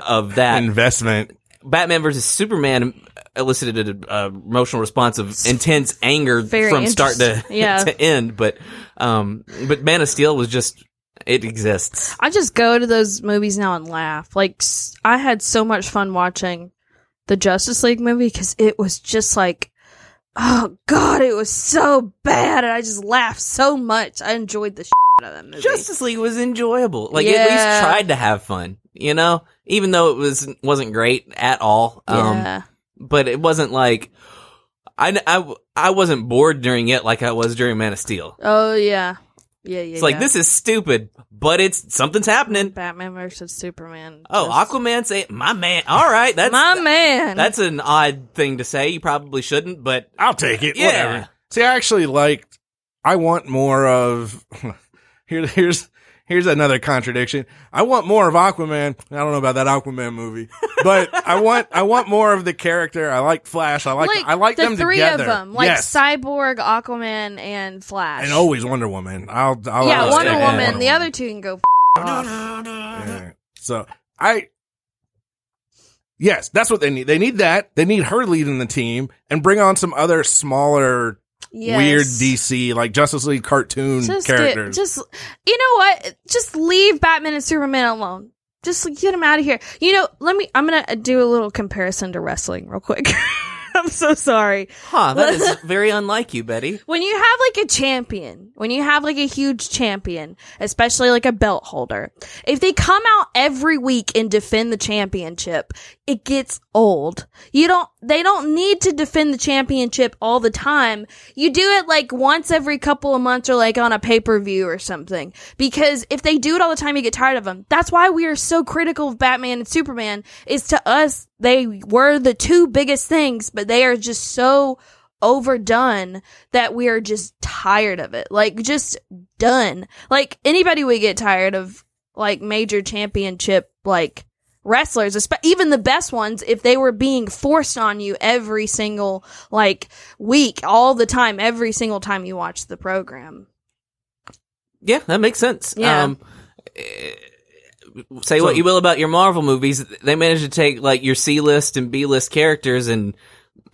Speaker 3: of that.
Speaker 1: Investment.
Speaker 3: Batman versus Superman elicited an uh, emotional response of intense anger
Speaker 2: Very
Speaker 3: from start to, *laughs*
Speaker 2: interest- yeah.
Speaker 3: to end, but um, but Man of Steel was just it exists.
Speaker 2: I just go to those movies now and laugh. Like s- I had so much fun watching the Justice League movie because it was just like, oh god, it was so bad, and I just laughed so much. I enjoyed the shit out of that movie.
Speaker 3: Justice League was enjoyable. Like at
Speaker 2: Yeah.
Speaker 3: least tried to have fun, you know, even though it was wasn't great at all. um,
Speaker 1: Um,
Speaker 2: yeah,
Speaker 3: but it wasn't like I, I I wasn't bored during it like I was during Man of Steel.
Speaker 2: oh yeah, yeah, yeah.
Speaker 3: It's like
Speaker 2: yeah.
Speaker 3: this is stupid, but it's something's happening.
Speaker 2: Batman versus Superman.
Speaker 3: Oh,
Speaker 2: Just-
Speaker 3: Aquaman say my man. All right, that's
Speaker 2: my man.
Speaker 3: That's an odd thing to say. You probably shouldn't, but
Speaker 1: I'll take it.
Speaker 3: Yeah.
Speaker 1: Whatever. See, I actually liked. I want more of. *laughs* Here, here's here's another contradiction. I want more of Aquaman. I don't know about that Aquaman movie, but I want I want more of the character. I like Flash. I like, I like
Speaker 2: the
Speaker 1: them
Speaker 2: three
Speaker 1: together.
Speaker 2: of them, like
Speaker 1: yes.
Speaker 2: Cyborg, Aquaman, and Flash.
Speaker 1: and oh, always Wonder Woman. I'll, I'll
Speaker 2: yeah,
Speaker 1: I'll
Speaker 2: Wonder
Speaker 1: stick
Speaker 3: yeah.
Speaker 1: with
Speaker 2: Woman. The other two can go. F- off.
Speaker 1: Yeah. Uh-huh. So I, yes, that's what they need. They need that. They need her leading the team and bring on some other smaller,
Speaker 2: Yes.
Speaker 1: weird DC like Justice League cartoon
Speaker 2: just get-
Speaker 1: characters.
Speaker 2: just you know what? Just leave Batman and Superman alone. Just get them out of here. You know, let me. I'm gonna do a little comparison to wrestling real quick. *laughs* I'm so sorry.
Speaker 3: huh, that
Speaker 2: *laughs*
Speaker 3: is very unlike you, Betty.
Speaker 2: When you have like a champion, when you have like a huge champion, especially like a belt holder, if they come out every week and defend the championship, it gets old. You don't, they don't need to defend the championship all the time. You do it like once every couple of months or like on a pay per view or something. Because if they do it all the time, you get tired of them. That's why we are so critical of Batman and Superman is to us, they were the two biggest things, but they are just so overdone that we are just tired of it. Like just done. Like anybody would get tired of like major championship like wrestlers, espe- even the best ones if they were being forced on you every single like week, all the time, every single time you watch the program.
Speaker 3: Yeah, that makes sense.
Speaker 2: Yeah.
Speaker 3: Um, eh, say what you will about your Marvel movies, they managed to take like your C list and B list characters, and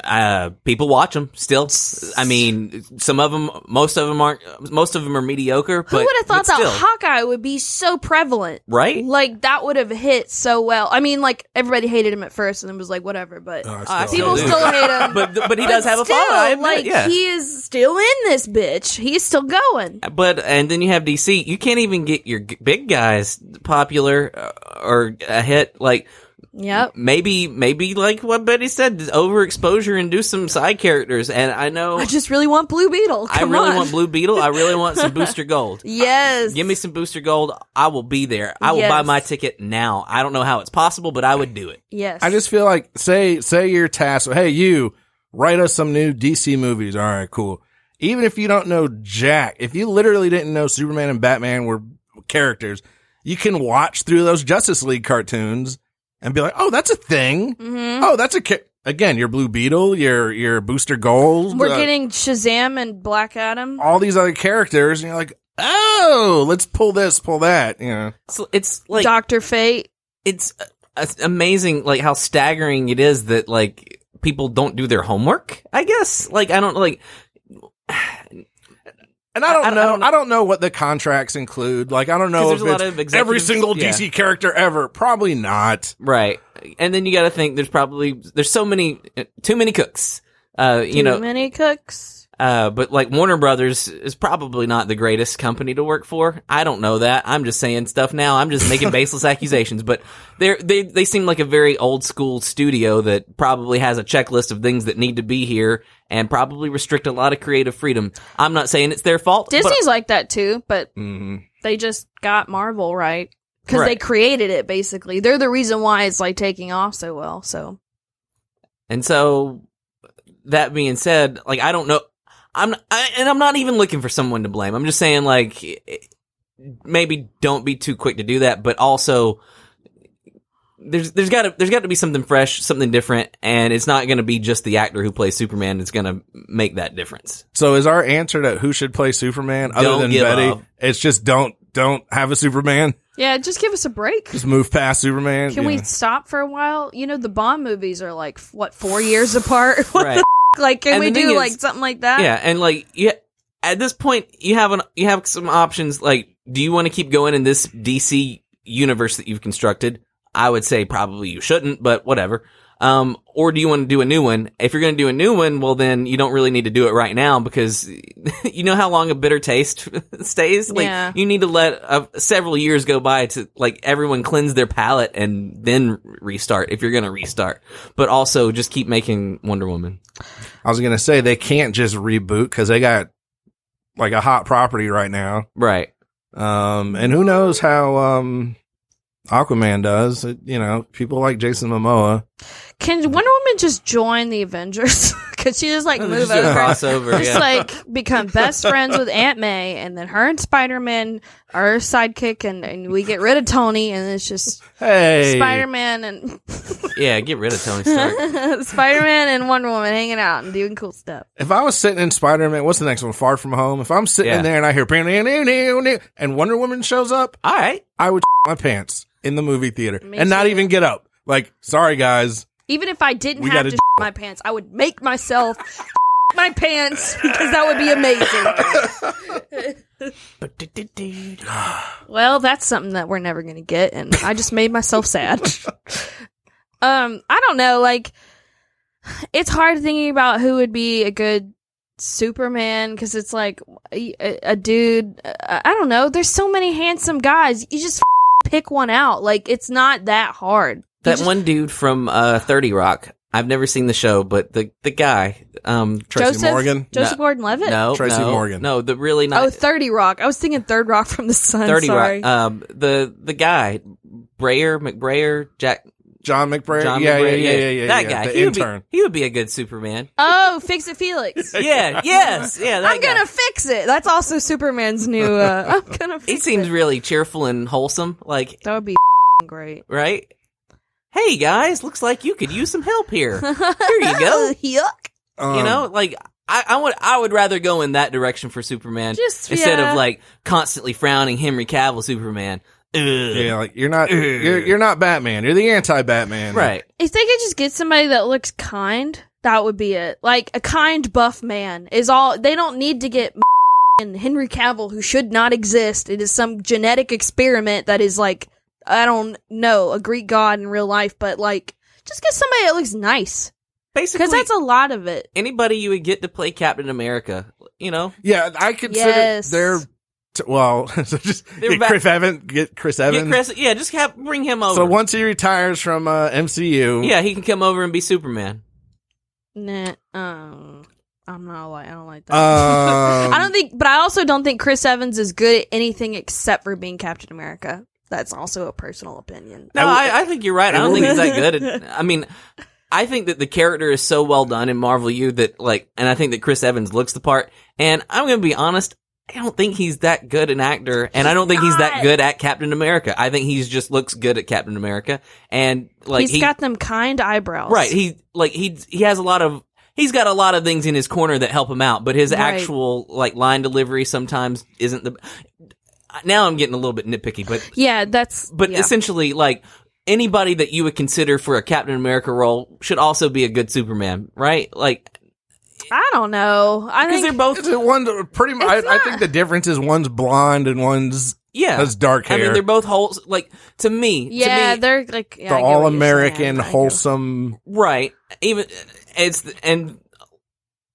Speaker 3: uh, people watch them still. I mean, some of them, most of them aren't. Most of them are mediocre.
Speaker 2: Who
Speaker 3: but,
Speaker 2: would have thought
Speaker 3: but
Speaker 2: that
Speaker 3: still,
Speaker 2: Hawkeye would be so prevalent?
Speaker 3: Right?
Speaker 2: Like that would have hit so well. I mean, like everybody hated him at first and it was like whatever, but
Speaker 1: Oh,
Speaker 3: I
Speaker 1: I
Speaker 3: feel
Speaker 1: still
Speaker 2: people
Speaker 3: do.
Speaker 1: hate it.
Speaker 2: still hate him.
Speaker 3: *laughs* But but he does have a
Speaker 2: still,
Speaker 3: follow. I admit,
Speaker 2: like
Speaker 3: yeah.
Speaker 2: he is still in this bitch. He's still going.
Speaker 3: But and then you have DC. You can't even get your g- big guys popular uh, or a hit. Like
Speaker 2: Yep.
Speaker 3: maybe maybe like what Betty said, overexposure and do some side characters. And I
Speaker 2: *laughs*
Speaker 3: know
Speaker 2: I
Speaker 3: I,
Speaker 2: just really want Blue Beetle. Come
Speaker 3: really
Speaker 2: on.
Speaker 3: want Blue Beetle. I really
Speaker 2: *laughs*
Speaker 3: want some Booster Gold.
Speaker 2: Yes.
Speaker 3: Give me some Booster Gold. I will be there. I will
Speaker 2: Yes.
Speaker 3: buy my ticket now. I don't know how it's possible, but I would do it.
Speaker 2: Yes.
Speaker 1: I just feel like say say your task. Hey, you write us some new DC movies. All right, cool. Even if you don't know Jack, if you literally didn't know Superman and Batman were characters, you can watch through those Justice League cartoons and be like, "Oh, that's a thing.
Speaker 2: Mhm.
Speaker 3: Mm-hmm.
Speaker 1: Oh, that's a ca- again your Blue Beetle, your your Booster
Speaker 3: Oh,
Speaker 1: Gold.
Speaker 2: We're
Speaker 1: uh,
Speaker 2: getting Shazam and Black Adam.
Speaker 1: all these other characters, and you're like, "Oh, let's pull this, pull that." You know,
Speaker 3: It's, it's like
Speaker 2: Doctor Fate.
Speaker 3: it's uh, it's amazing like how staggering it is that like people don't do their homework. I guess like I don't like
Speaker 1: and I don't
Speaker 3: I- I don't
Speaker 1: know, I don't
Speaker 3: know.
Speaker 1: know, what the contracts include. Like, I don't know if
Speaker 3: because there's
Speaker 1: it's
Speaker 3: a lot of
Speaker 1: every
Speaker 3: executives-
Speaker 1: single
Speaker 3: yeah.
Speaker 1: DC character ever. Probably not.
Speaker 3: Right. And then you got to think there's probably there's so many too many cooks. Uh, you
Speaker 2: Too
Speaker 3: know,
Speaker 2: many cooks.
Speaker 3: uh, Uh, but like Warner Brothers is probably not the greatest company to work for. I don't know that. I'm just saying stuff now. I'm just *laughs* making baseless accusations. But they're, they they seem like a very old school studio that probably has a checklist of things that need to be here and probably restrict a lot of creative freedom. I'm not saying it's their fault. but- Mm.
Speaker 2: Disney's like that too, but
Speaker 3: Mm-hmm.
Speaker 1: hmm
Speaker 2: they just got Marvel right because they
Speaker 3: Right.
Speaker 2: created it. Basically, they're the reason why it's like taking off so well. So
Speaker 3: And so, that being said, like I don't know, I'm I, and I'm not even looking for someone to blame. I'm just saying, like maybe don't be too quick to do that, but also there's there's got to there's got to be something fresh, something different, and it's not going to be just the actor who plays Superman that's going to make that difference.
Speaker 1: So is our answer to who should play Superman other
Speaker 3: Don't
Speaker 1: than
Speaker 3: give
Speaker 1: Betty?
Speaker 3: up.
Speaker 1: It's just don't don't have a Superman.
Speaker 2: yeah, just give us a break.
Speaker 1: Just move past Superman.
Speaker 2: Can
Speaker 1: you
Speaker 2: we
Speaker 1: know.
Speaker 2: stop for a while? You know, the Bond movies are like f- what four years apart. *laughs* What
Speaker 3: right.
Speaker 2: the f- like? Can
Speaker 3: And
Speaker 2: we
Speaker 3: the thing
Speaker 2: do
Speaker 3: is-
Speaker 2: like something like that?
Speaker 3: Yeah, and like you, at this point, you have an you have some options. Like, do you want to keep going in this DC universe that you've constructed? I would say probably you shouldn't, but whatever. Um, or do you want to do a new one? If you're going to do a new one, well, then you don't really need to do it right now because *laughs* you know how long a bitter taste *laughs* stays. Like,
Speaker 2: Yeah.
Speaker 3: you need to let uh, several years go by to like everyone cleanse their palate and then restart if you're going to restart. But also just keep making Wonder Woman.
Speaker 1: I was gonna say they can't just reboot because they got like a hot property right now.
Speaker 3: Right.
Speaker 1: Um, and who knows how um Aquaman does? It, you know, people like Jason Momoa.
Speaker 2: Can Wonder Woman just join the Avengers? *laughs* Could she just like move
Speaker 3: Just do a
Speaker 2: over? *laughs*
Speaker 3: crossover.
Speaker 2: Just
Speaker 3: yeah.
Speaker 2: like become best friends with Aunt May, and then her and Spider Man are sidekick, and, and we get rid of Tony, and it's just
Speaker 1: Hey,
Speaker 2: Spider Man and *laughs*
Speaker 3: Yeah, get rid of Tony Stark.
Speaker 2: Spider Man and Wonder Woman hanging out and doing cool stuff.
Speaker 1: if I was sitting in Spider Man, what's the next one? Far From Home. If I'm sitting
Speaker 3: Yeah.
Speaker 1: in there and I hear "Bam, bam, bam, bam, bam," and Wonder Woman shows up,
Speaker 3: All right.
Speaker 1: I would my pants in the movie theater
Speaker 2: Me
Speaker 1: and not
Speaker 2: too.
Speaker 1: even get up. Like, sorry guys,
Speaker 2: Even if I didn't
Speaker 1: We
Speaker 2: have
Speaker 1: gotta
Speaker 2: to *laughs* my pants, I would make myself *laughs* my pants because that would be amazing.
Speaker 3: *laughs*
Speaker 2: *laughs* well, that's something that we're never going to get, and I just made myself
Speaker 3: *laughs*
Speaker 2: sad. um, I don't know. Like, it's hard thinking about who would be a good Superman because it's like a, a dude. Uh, I don't know. There's so many handsome guys. You just *laughs* pick one out. Like, it's not that hard. You
Speaker 3: That
Speaker 2: just-
Speaker 3: one dude from uh, Thirty Rock. I've never seen the show, but the the guy. Um,
Speaker 1: Tracy
Speaker 2: Joseph-
Speaker 1: Morgan.
Speaker 2: Joseph Gordon-Levitt.
Speaker 3: no,
Speaker 1: Tracy
Speaker 3: no,
Speaker 1: Morgan.
Speaker 3: No, the really
Speaker 2: Oh,
Speaker 3: nice
Speaker 2: 30 Rock. I was thinking Third Rock from the Sun.
Speaker 3: Thirty
Speaker 2: sorry.
Speaker 3: Rock. Um, the the guy Brayer McBrayer Jack
Speaker 1: John McBrayer.
Speaker 3: John
Speaker 1: yeah,
Speaker 3: McBrayer.
Speaker 1: yeah, yeah, yeah, yeah.
Speaker 3: That
Speaker 1: yeah.
Speaker 3: guy.
Speaker 1: the
Speaker 3: he
Speaker 1: intern.
Speaker 3: would be he would be a
Speaker 1: *laughs*
Speaker 3: good Superman.
Speaker 2: oh, Fix It
Speaker 3: *laughs*
Speaker 2: Felix.
Speaker 3: Yeah. yes. Yeah. That
Speaker 2: I'm
Speaker 3: guy.
Speaker 2: going to fix it. That's also Superman's new. Uh, *laughs* I'm going to fix
Speaker 3: He seems
Speaker 2: it.
Speaker 3: really cheerful and wholesome. Like
Speaker 2: That would be *laughs* great.
Speaker 3: right. Hey guys, looks like you could use some
Speaker 2: *laughs*
Speaker 3: help here. Here you go.
Speaker 2: Yuck.
Speaker 1: Um,
Speaker 3: you know, like I, I would I would rather go in that direction for Superman
Speaker 2: Just,
Speaker 3: instead
Speaker 2: yeah.
Speaker 3: of like constantly frowning Henry Cavill Superman. Ugh.
Speaker 1: Um, Yeah, like you're not you're, you're not Batman. You're the anti-Batman.
Speaker 3: Right.
Speaker 2: If they could just get somebody that looks kind, that would be it. Like a kind buff man is all. They don't need to get *laughs* and Henry Cavill, who should not exist. It is some genetic experiment that is like I don't know a Greek god in real life, but like just get somebody that looks nice
Speaker 3: Basically,
Speaker 2: because that's a lot of it.
Speaker 3: anybody you would get to play Captain America. You know,
Speaker 1: Yeah, I consider
Speaker 2: Yes.
Speaker 1: they're t- well, *laughs* so just
Speaker 3: They're
Speaker 1: get
Speaker 3: back-
Speaker 1: Chris Evans. Get Chris
Speaker 3: get
Speaker 1: Evans.
Speaker 3: Chris. Yeah, just have bring him over.
Speaker 1: so once he retires from uh, MCU, *laughs*
Speaker 3: yeah, he can come over and be Superman.
Speaker 2: Nah, um, I'm not like I don't like that.
Speaker 1: Um,
Speaker 2: I don't think, but I also don't think Chris Evans is good at anything except for being Captain America. That's also a personal opinion.
Speaker 1: I
Speaker 3: No, I,
Speaker 1: would-
Speaker 3: I think you're right. I don't think he's that good.
Speaker 2: *laughs*
Speaker 3: at- I mean, I think that the character is so well done in Marvel U that like, and I think that Chris Evans looks the part. And I'm gonna be honest, I don't think he's that good an actor, and I don't think he's that
Speaker 2: not.
Speaker 3: good at Captain America. I think he's just looks good at Captain America, and like
Speaker 2: He's
Speaker 3: he,
Speaker 2: got them kind eyebrows,
Speaker 3: right, he like he he has a lot of. He's got a lot of things in his corner that help him out, but his
Speaker 2: Right.
Speaker 3: actual like line delivery sometimes isn't the. Now I'm getting a little bit nitpicky, but
Speaker 2: yeah, that's
Speaker 3: but
Speaker 2: yeah.
Speaker 3: essentially like anybody that you would consider for a Captain America role should also be a good Superman, right? Like
Speaker 2: I don't know. I
Speaker 3: because
Speaker 2: think
Speaker 3: they're both
Speaker 1: Is it one pretty much?
Speaker 2: It's
Speaker 1: I, I
Speaker 2: not-
Speaker 1: think the difference is one's blonde and one's
Speaker 3: yeah.
Speaker 1: has dark
Speaker 3: I
Speaker 1: hair.
Speaker 3: mean, they're both whole. Like to me,
Speaker 2: yeah,
Speaker 3: to me,
Speaker 2: they're like yeah,
Speaker 1: the
Speaker 2: I get what you're
Speaker 1: all American,
Speaker 2: saying. I get-
Speaker 1: wholesome.
Speaker 3: right. Even it's and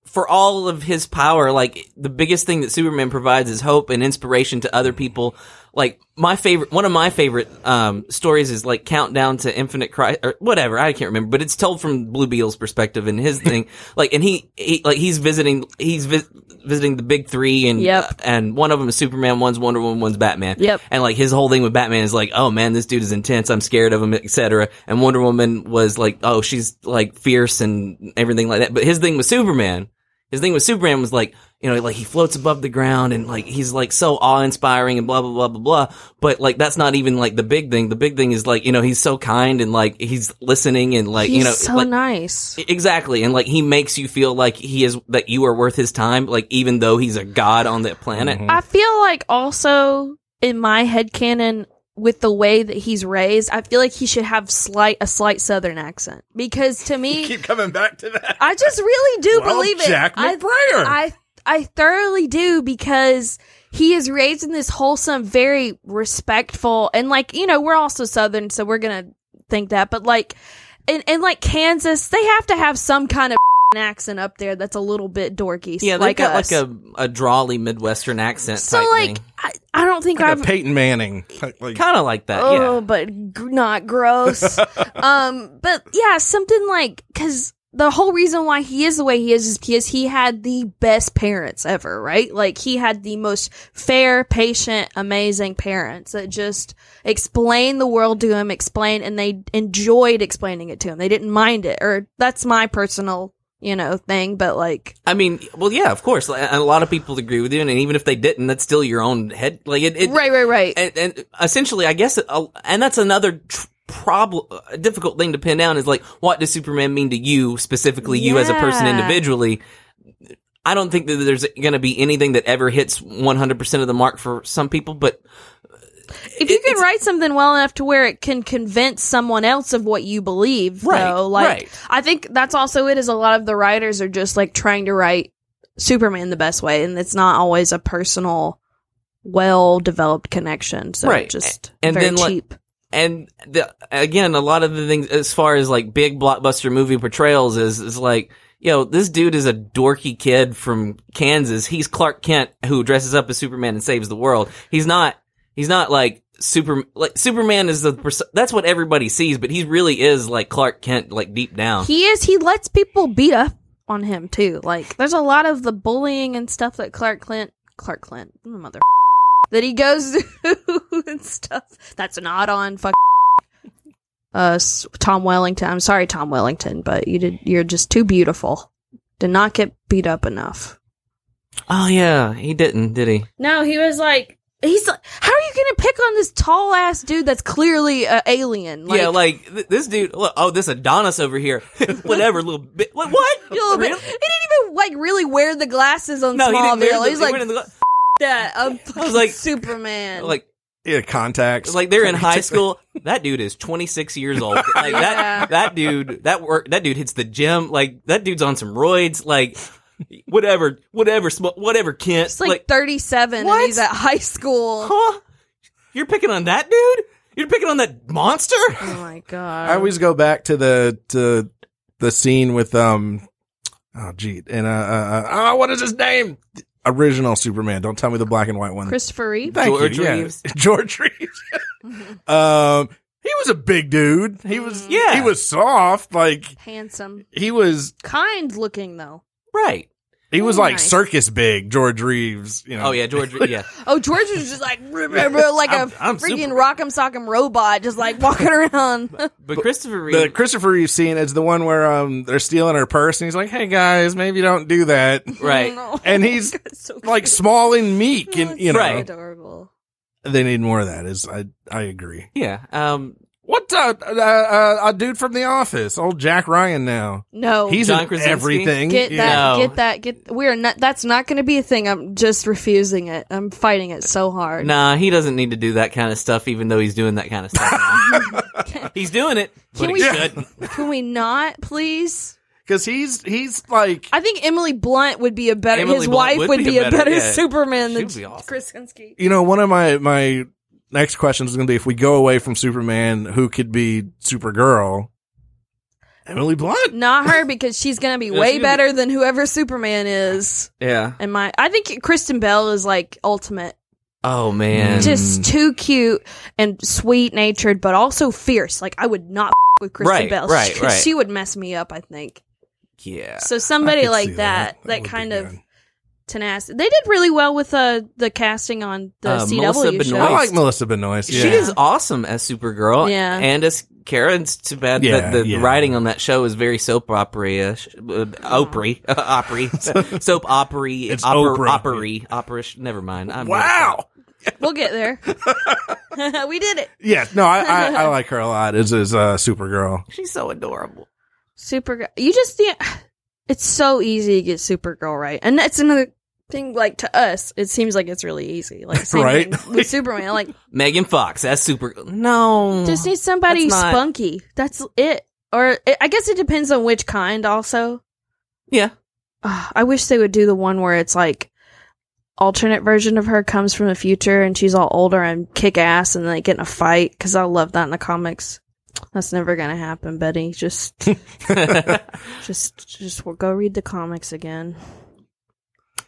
Speaker 3: for all of his power, like the biggest thing that Superman provides is hope and inspiration to other people. Like my favorite, one of my favorite um, stories is like Countdown to Infinite Crisis or whatever. I can't remember, but it's told from Blue Beetle's perspective and his thing. like, and he, he like he's visiting, he's vi- visiting the big three, and uh,
Speaker 2: Yep.
Speaker 3: and one of them is Superman, one's Wonder Woman, one's Batman.
Speaker 2: Yep.
Speaker 3: And like his whole thing with Batman is like, oh man, this dude is intense. I'm scared of him, etc. And Wonder Woman was like, oh, she's like fierce and everything like that. But his thing with Superman, his thing with Superman was like, you know, like he floats above the ground and like he's like so awe inspiring and blah blah blah blah blah. But like that's not even like the big thing. The big thing is like you know he's so kind and like he's listening and like
Speaker 2: He's
Speaker 3: you know
Speaker 2: so
Speaker 3: like e-,
Speaker 2: nice.
Speaker 3: Exactly, and like he makes you feel like he is that you are worth his time, like even though he's a god on that planet.
Speaker 1: Mhm.
Speaker 2: I feel like also in my head canon with the way that he's raised, I feel like he should have slight a slight southern accent because to
Speaker 3: *laughs*
Speaker 2: me,
Speaker 1: Keep coming back to that.
Speaker 2: I just really do
Speaker 1: Well,
Speaker 2: believe it.
Speaker 1: Jack
Speaker 2: I-
Speaker 1: McBrayer.
Speaker 2: I I thoroughly do because he is raised in this wholesome, very respectful, and like you know, we're also Southern, so we're gonna think that. But like, in in like Kansas, they have to have some kind of *laughs* accent up there that's a little bit dorky.
Speaker 3: Yeah, they've
Speaker 2: like
Speaker 3: got
Speaker 2: us.
Speaker 3: like a, a drawly Midwestern accent.
Speaker 2: so
Speaker 3: type
Speaker 2: like
Speaker 3: thing.
Speaker 2: I, I don't think
Speaker 1: like
Speaker 2: I've
Speaker 1: a Peyton Manning. Like, like-
Speaker 3: kind of like that.
Speaker 2: oh,
Speaker 3: Uh, yeah,
Speaker 2: but g- not
Speaker 3: *laughs*
Speaker 2: gross. um, but yeah, something like because the whole reason why he is the way he is is because he had the best parents ever, right? Like he had the most fair, patient, amazing parents that just explained the world to him, explained, and they enjoyed explaining it to him. They didn't mind it, or that's my personal, you know, thing. But like,
Speaker 3: I mean, well, yeah, of course. Like, and a lot of people agree with you, and even if they didn't, that's still your own head. Like it, it
Speaker 2: right, right, right.
Speaker 3: and, and essentially, I guess, uh, and that's another tr- problem, a difficult thing to pin down is like, what does Superman mean to you specifically, you as a person
Speaker 2: Yeah.
Speaker 3: individually? I don't think that there's going to be anything that ever hits 100% of the mark for some people, but
Speaker 2: if you
Speaker 3: it-
Speaker 2: can
Speaker 3: it's-
Speaker 2: write something well enough to where it can convince someone else of what you believe
Speaker 3: Right,
Speaker 2: though like
Speaker 3: right.
Speaker 2: i think that's also it is a lot of the writers are just like trying to write superman the best way and it's not always a personal well developed connection so
Speaker 3: Right.
Speaker 2: just
Speaker 3: A- and
Speaker 2: very
Speaker 3: then, like-
Speaker 2: cheap
Speaker 3: and the, again, a lot of the things as far as like big blockbuster movie portrayals is is like, yo, this dude is a dorky kid from Kansas. He's Clark Kent who dresses up as Superman and saves the world. He's not. He's not like super. Like Superman is the. Pers- that's what everybody sees, but he really is like Clark Kent, like deep down.
Speaker 2: he is he lets people beat up on him too like there's a lot of the bullying and stuff that clark clint clark clint mother *laughs* that he goes *laughs* through and stuff that's not on fuck uh S- tom wellington i'm sorry tom wellington but you did you're just too beautiful did not get beat up enough
Speaker 3: oh yeah, he didn't, did he?
Speaker 2: no he was like he's like how are you gonna pick on this tall ass dude that's clearly an alien
Speaker 3: yeah, like th- this dude. Look, oh, this Adonis over here. *laughs* Whatever, little bit. What? what?
Speaker 2: a little bit.
Speaker 3: Really?
Speaker 2: He didn't even like really wear the glasses on
Speaker 3: No, he didn't. wear
Speaker 2: Smallville.
Speaker 3: the-
Speaker 2: He's
Speaker 3: he
Speaker 2: like,
Speaker 3: went in the gla- *laughs*
Speaker 2: that. I'm
Speaker 3: was
Speaker 2: fucking
Speaker 3: like-
Speaker 2: Superman.
Speaker 3: like
Speaker 1: yeah, contacts.
Speaker 3: It's like they're in high school. That dude is 26 years old. Like
Speaker 2: Yeah.
Speaker 3: that that dude that work that dude hits the gym. Like that dude's on some roids. Like whatever, whatever, sm- whatever. Kent,
Speaker 2: it's like,
Speaker 3: like,
Speaker 2: 37
Speaker 3: What?
Speaker 2: and he's at high
Speaker 3: *laughs*
Speaker 2: school. Oh
Speaker 3: huh? You're picking on that dude. You're picking on that monster.
Speaker 2: Oh my god.
Speaker 1: I always go back to the to the scene with um oh gee and uh, uh, uh oh what is his name original Superman don't tell me the black and white one
Speaker 2: Christopher Reeve.
Speaker 1: Thank
Speaker 3: George
Speaker 1: you, yeah.
Speaker 3: Reeves.
Speaker 1: *laughs* George Reeves um he was a big dude he was
Speaker 3: Yeah.
Speaker 1: he was soft like
Speaker 2: Handsome.
Speaker 1: he was
Speaker 2: Kind looking though.
Speaker 3: Right.
Speaker 1: he was
Speaker 2: Very
Speaker 1: like
Speaker 2: nice.
Speaker 1: circus big George Reeves you know
Speaker 3: Oh yeah, *laughs* George. Yeah.
Speaker 2: Oh, George was just like *laughs*
Speaker 1: *laughs*
Speaker 2: like a
Speaker 3: I'm- I'm
Speaker 2: freaking
Speaker 3: Superman.
Speaker 2: rock'em sock'em robot just like
Speaker 1: *laughs*
Speaker 2: walking around. *laughs*
Speaker 3: But Christopher Reeve.
Speaker 1: the Christopher Reeve scene is the one where um they're stealing her purse and he's like hey guys maybe don't do that *laughs*
Speaker 3: right.
Speaker 2: No.
Speaker 1: and
Speaker 2: *laughs*
Speaker 1: he's
Speaker 2: so cute.
Speaker 1: like small and meek *laughs*
Speaker 2: Oh,
Speaker 1: and
Speaker 2: it's
Speaker 1: you know
Speaker 2: so
Speaker 3: Right.
Speaker 2: adorable.
Speaker 1: they need more of that is I I agree
Speaker 3: Yeah. Um.
Speaker 1: What uh, uh, uh, a dude from the office, old Jack Ryan. Now
Speaker 2: No.
Speaker 1: he's
Speaker 3: John
Speaker 1: in
Speaker 3: Krasinski?
Speaker 1: everything.
Speaker 2: Get
Speaker 1: Yeah.
Speaker 2: that,
Speaker 3: No.
Speaker 2: get that, get. We're not. That's not going to be a thing. I'm just refusing it. I'm fighting it so hard.
Speaker 3: Nah, he doesn't need to do that kind of stuff. Even though he's doing that kind of stuff.
Speaker 2: *laughs*
Speaker 3: now. he's doing it. But
Speaker 2: Can
Speaker 3: he
Speaker 2: we-
Speaker 3: should.
Speaker 2: *laughs* Can we not, please?
Speaker 1: because he's he's like
Speaker 2: I think Emily Blunt would be a better.
Speaker 3: Emily
Speaker 2: his
Speaker 3: Blunt
Speaker 2: wife would, be, a better, *laughs*
Speaker 3: yeah.
Speaker 2: Superman than
Speaker 3: She'd be awesome.
Speaker 2: Krasinski.
Speaker 1: you know one of my my next questions is going to be if we go away from Superman, who could be Supergirl? Emily Blunt.
Speaker 2: Not her because she's gonna be
Speaker 3: Yeah,
Speaker 2: way
Speaker 3: she's gonna
Speaker 2: better than whoever Superman is.
Speaker 3: Yeah.
Speaker 2: And my, I think Kristen Bell is like ultimate,
Speaker 3: Oh man.
Speaker 2: just too cute and sweet natured, but also fierce. Like I would not f- with Kristen
Speaker 3: Right,
Speaker 2: Bell.
Speaker 3: right,
Speaker 2: she,
Speaker 3: right.
Speaker 2: she would mess me up. I think
Speaker 3: yeah.
Speaker 2: so.
Speaker 1: I
Speaker 2: Somebody
Speaker 1: could see
Speaker 2: like that, that,
Speaker 1: would be
Speaker 2: kind of
Speaker 1: good.
Speaker 2: tenacity. They did really well with uh, the casting on the
Speaker 3: Uh, Melissa
Speaker 2: CW show.
Speaker 1: I
Speaker 3: Benoist.
Speaker 1: like Melissa Benoist.
Speaker 3: She
Speaker 1: Yeah.
Speaker 3: is awesome as Supergirl.
Speaker 2: Yeah.
Speaker 3: And as Karen's too bad
Speaker 1: Yeah,
Speaker 3: that the
Speaker 1: yeah.
Speaker 3: writing on that show is very soap opera ish. Uh, *laughs* Oprah.
Speaker 1: *laughs*
Speaker 3: Opry. soap opera.
Speaker 1: It's Oprah.
Speaker 3: Opery. Operish. Never mind. I'm
Speaker 1: wow.
Speaker 2: We'll get
Speaker 3: *laughs*
Speaker 2: there. *laughs* we did it.
Speaker 1: Yeah, no, I, I,
Speaker 2: *laughs*
Speaker 1: I like her a lot. Is is uh, Supergirl?
Speaker 3: She's so adorable.
Speaker 2: Supergirl. You just the. *sighs* It's so easy to get Supergirl right, and that's another thing. Like to us, it seems like it's really easy. Like same
Speaker 1: Right?
Speaker 2: thing with Superman, like
Speaker 3: Megan Fox as Supergirl. No.
Speaker 2: just need somebody
Speaker 3: That's not-
Speaker 2: spunky. That's it. Or it, I guess it depends on which kind. Also,
Speaker 3: yeah. *laughs*
Speaker 2: Ugh, I wish they would do the one where it's like alternate version of her comes from the future and she's all older and kick ass and they get in a fight because I love that in the comics. That's never gonna happen, Betty. Just Just, just w- go read the comics again.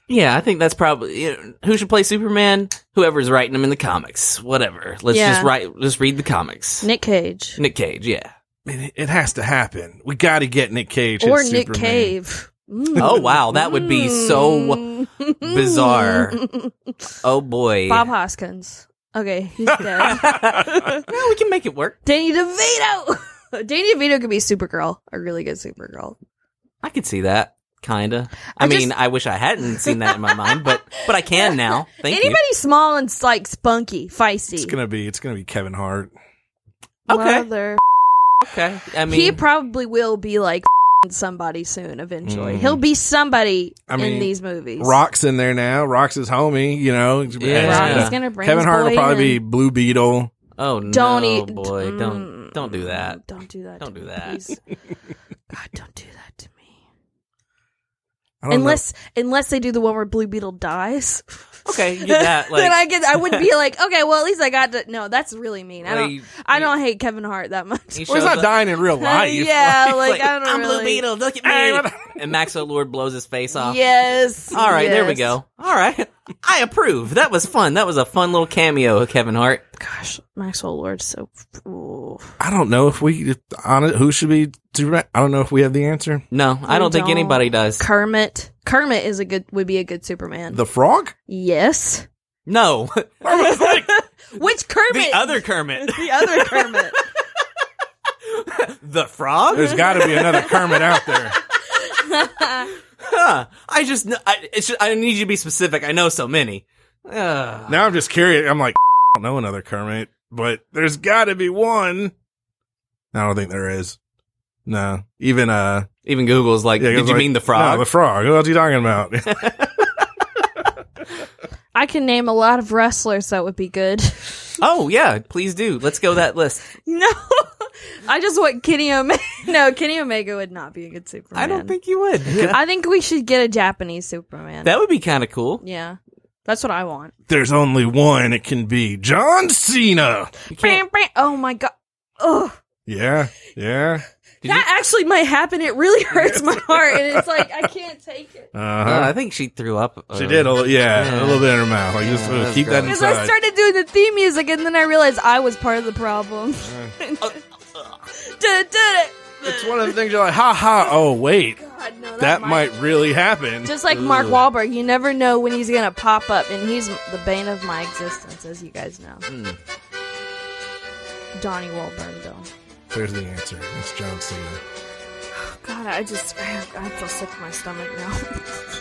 Speaker 3: yeah, I think that's probably you know, who should play Superman. Whoever's writing them in the comics, whatever. Let's
Speaker 2: Yeah.
Speaker 3: just write. Just read the comics.
Speaker 2: Nick Cage
Speaker 3: Nick Cage. Yeah.
Speaker 1: It, it has to happen. We got to get Nick Cage
Speaker 2: or
Speaker 1: as
Speaker 2: Nick
Speaker 1: Superman.
Speaker 2: Cave. Mm.
Speaker 3: Oh, wow, that would be so
Speaker 2: *laughs*
Speaker 3: bizarre. Oh boy.
Speaker 2: Bob Hoskins. Okay, *laughs* he's
Speaker 3: *laughs*
Speaker 2: dead.
Speaker 3: well, we can make it work.
Speaker 2: Danny DeVito. *laughs* Danny DeVito could be Supergirl, a really good Supergirl.
Speaker 3: I could see that. Kinda. I,
Speaker 2: I
Speaker 3: mean,
Speaker 2: just-
Speaker 3: I wish I hadn't seen that in my mind, but but I can now. Thank
Speaker 2: Anybody small and like spunky,
Speaker 1: It's
Speaker 2: feisty.
Speaker 1: gonna be. It's gonna be Kevin Hart.
Speaker 3: Okay.
Speaker 2: Mother-
Speaker 3: you. Okay. I mean,
Speaker 2: he probably will be like *laughs* somebody soon. Eventually,
Speaker 1: Mm.
Speaker 2: he'll be somebody
Speaker 1: I mean,
Speaker 2: in these movies.
Speaker 1: Rock's in there now. Rock's his homie. You know. It's-
Speaker 3: Yeah.
Speaker 1: it's
Speaker 2: Rock
Speaker 1: gonna-
Speaker 2: is gonna bring
Speaker 1: Kevin
Speaker 2: his
Speaker 1: Hart will
Speaker 2: boy
Speaker 1: probably be
Speaker 2: in.
Speaker 1: Blue Beetle.
Speaker 3: oh no,
Speaker 2: Don't eat.
Speaker 3: boy,
Speaker 2: mm,
Speaker 3: don't don't do that.
Speaker 2: Don't do that.
Speaker 3: Don't
Speaker 2: to
Speaker 3: do
Speaker 2: me,
Speaker 3: that. *laughs*
Speaker 2: please. God, don't do that to me.
Speaker 1: I
Speaker 3: Oh,
Speaker 1: don't know.
Speaker 2: Unless unless they do the one where Blue Beetle dies.
Speaker 3: Okay, you *laughs* get
Speaker 2: *laughs*
Speaker 3: that,
Speaker 2: then
Speaker 3: like-
Speaker 2: I get. I would be like, okay, well at least I got to. No, that's really mean. I
Speaker 3: Like,
Speaker 2: don't.
Speaker 3: you-
Speaker 2: I don't hate Kevin Hart that much. *laughs*
Speaker 3: he
Speaker 1: well, he's
Speaker 3: shows
Speaker 1: not
Speaker 3: up-
Speaker 1: dying in real life.
Speaker 3: *laughs*
Speaker 2: yeah, like, I don't
Speaker 3: I'm
Speaker 2: really.
Speaker 3: Blue Beetle. Look at
Speaker 1: Hey, what
Speaker 3: me.
Speaker 1: the-
Speaker 3: *laughs* and Max O'Lord blows his face off.
Speaker 2: Yes.
Speaker 3: All right, there we
Speaker 2: yes.
Speaker 3: go. All right, *laughs* I approve. That was fun. That was a fun little cameo, Kevin Hart.
Speaker 2: Gosh, Maxwell Lord's so. ooh.
Speaker 1: I don't know if we. If, on it, who should be Superman? I don't know if we have the answer.
Speaker 3: No, I
Speaker 2: We
Speaker 3: don't think
Speaker 2: don't.
Speaker 3: anybody does.
Speaker 2: Kermit. Kermit is a good. Would be a good Superman.
Speaker 1: The Frog.
Speaker 2: yes. *laughs*
Speaker 3: No,
Speaker 2: Which Kermit? *laughs*
Speaker 3: the other Kermit,
Speaker 2: The other
Speaker 3: *laughs*
Speaker 2: Kermit.
Speaker 3: the frog.
Speaker 1: There's got to be
Speaker 2: *laughs*
Speaker 1: another Kermit out there.
Speaker 3: Huh. I just, kn- I, it's ju- I need you to be specific. I know so many. Ugh.
Speaker 1: Now I'm just curious. I'm like, *laughs* I don't know another Kermit, but there's got to be one. I don't think there is. No, even uh,
Speaker 3: Even Google's like,
Speaker 1: yeah, it
Speaker 3: did
Speaker 1: was
Speaker 3: you
Speaker 1: like-
Speaker 3: mean the
Speaker 1: No,
Speaker 3: frog? *laughs*
Speaker 1: the frog. What are you talking about?
Speaker 2: I can name a lot of wrestlers that would be good.
Speaker 3: oh yeah, please do. Let's go that list.
Speaker 2: No, I just want Kenny Omega. No, Kenny Omega would not be a good Superman.
Speaker 3: I don't think you would.
Speaker 2: I think we should get a Japanese Superman.
Speaker 3: that would be kind of cool.
Speaker 2: yeah, that's what I want.
Speaker 1: there's only one. It can be John Cena.
Speaker 3: You can't-
Speaker 2: Bam, bam. Oh my god. Ugh.
Speaker 1: Yeah, yeah.
Speaker 3: Did
Speaker 2: that actually might happen. It
Speaker 3: *laughs*
Speaker 2: really hurts my heart, and it's like I can't take it
Speaker 1: Uh-huh.
Speaker 3: Uh, I think she threw up.
Speaker 1: she did a little, yeah, a little bit in her mouth. Like just
Speaker 3: Yeah,
Speaker 1: uh,
Speaker 3: that's
Speaker 1: keep that
Speaker 3: gross.
Speaker 2: because I
Speaker 1: inside.
Speaker 2: started doing the theme music, and then I realized I was part of the problem. *laughs* Did it, did it.
Speaker 1: it's one of the things you're like, ha ha. Oh wait,
Speaker 2: God, no, that,
Speaker 1: that might really happen.
Speaker 2: Just like Mark Wahlberg, you never know when he's gonna pop up, and he's the bane of my existence, as you guys know. Donnie Wahlberg, though.
Speaker 1: There's the answer. It's John Cena.
Speaker 2: God, I just I, I feel sick in my stomach now.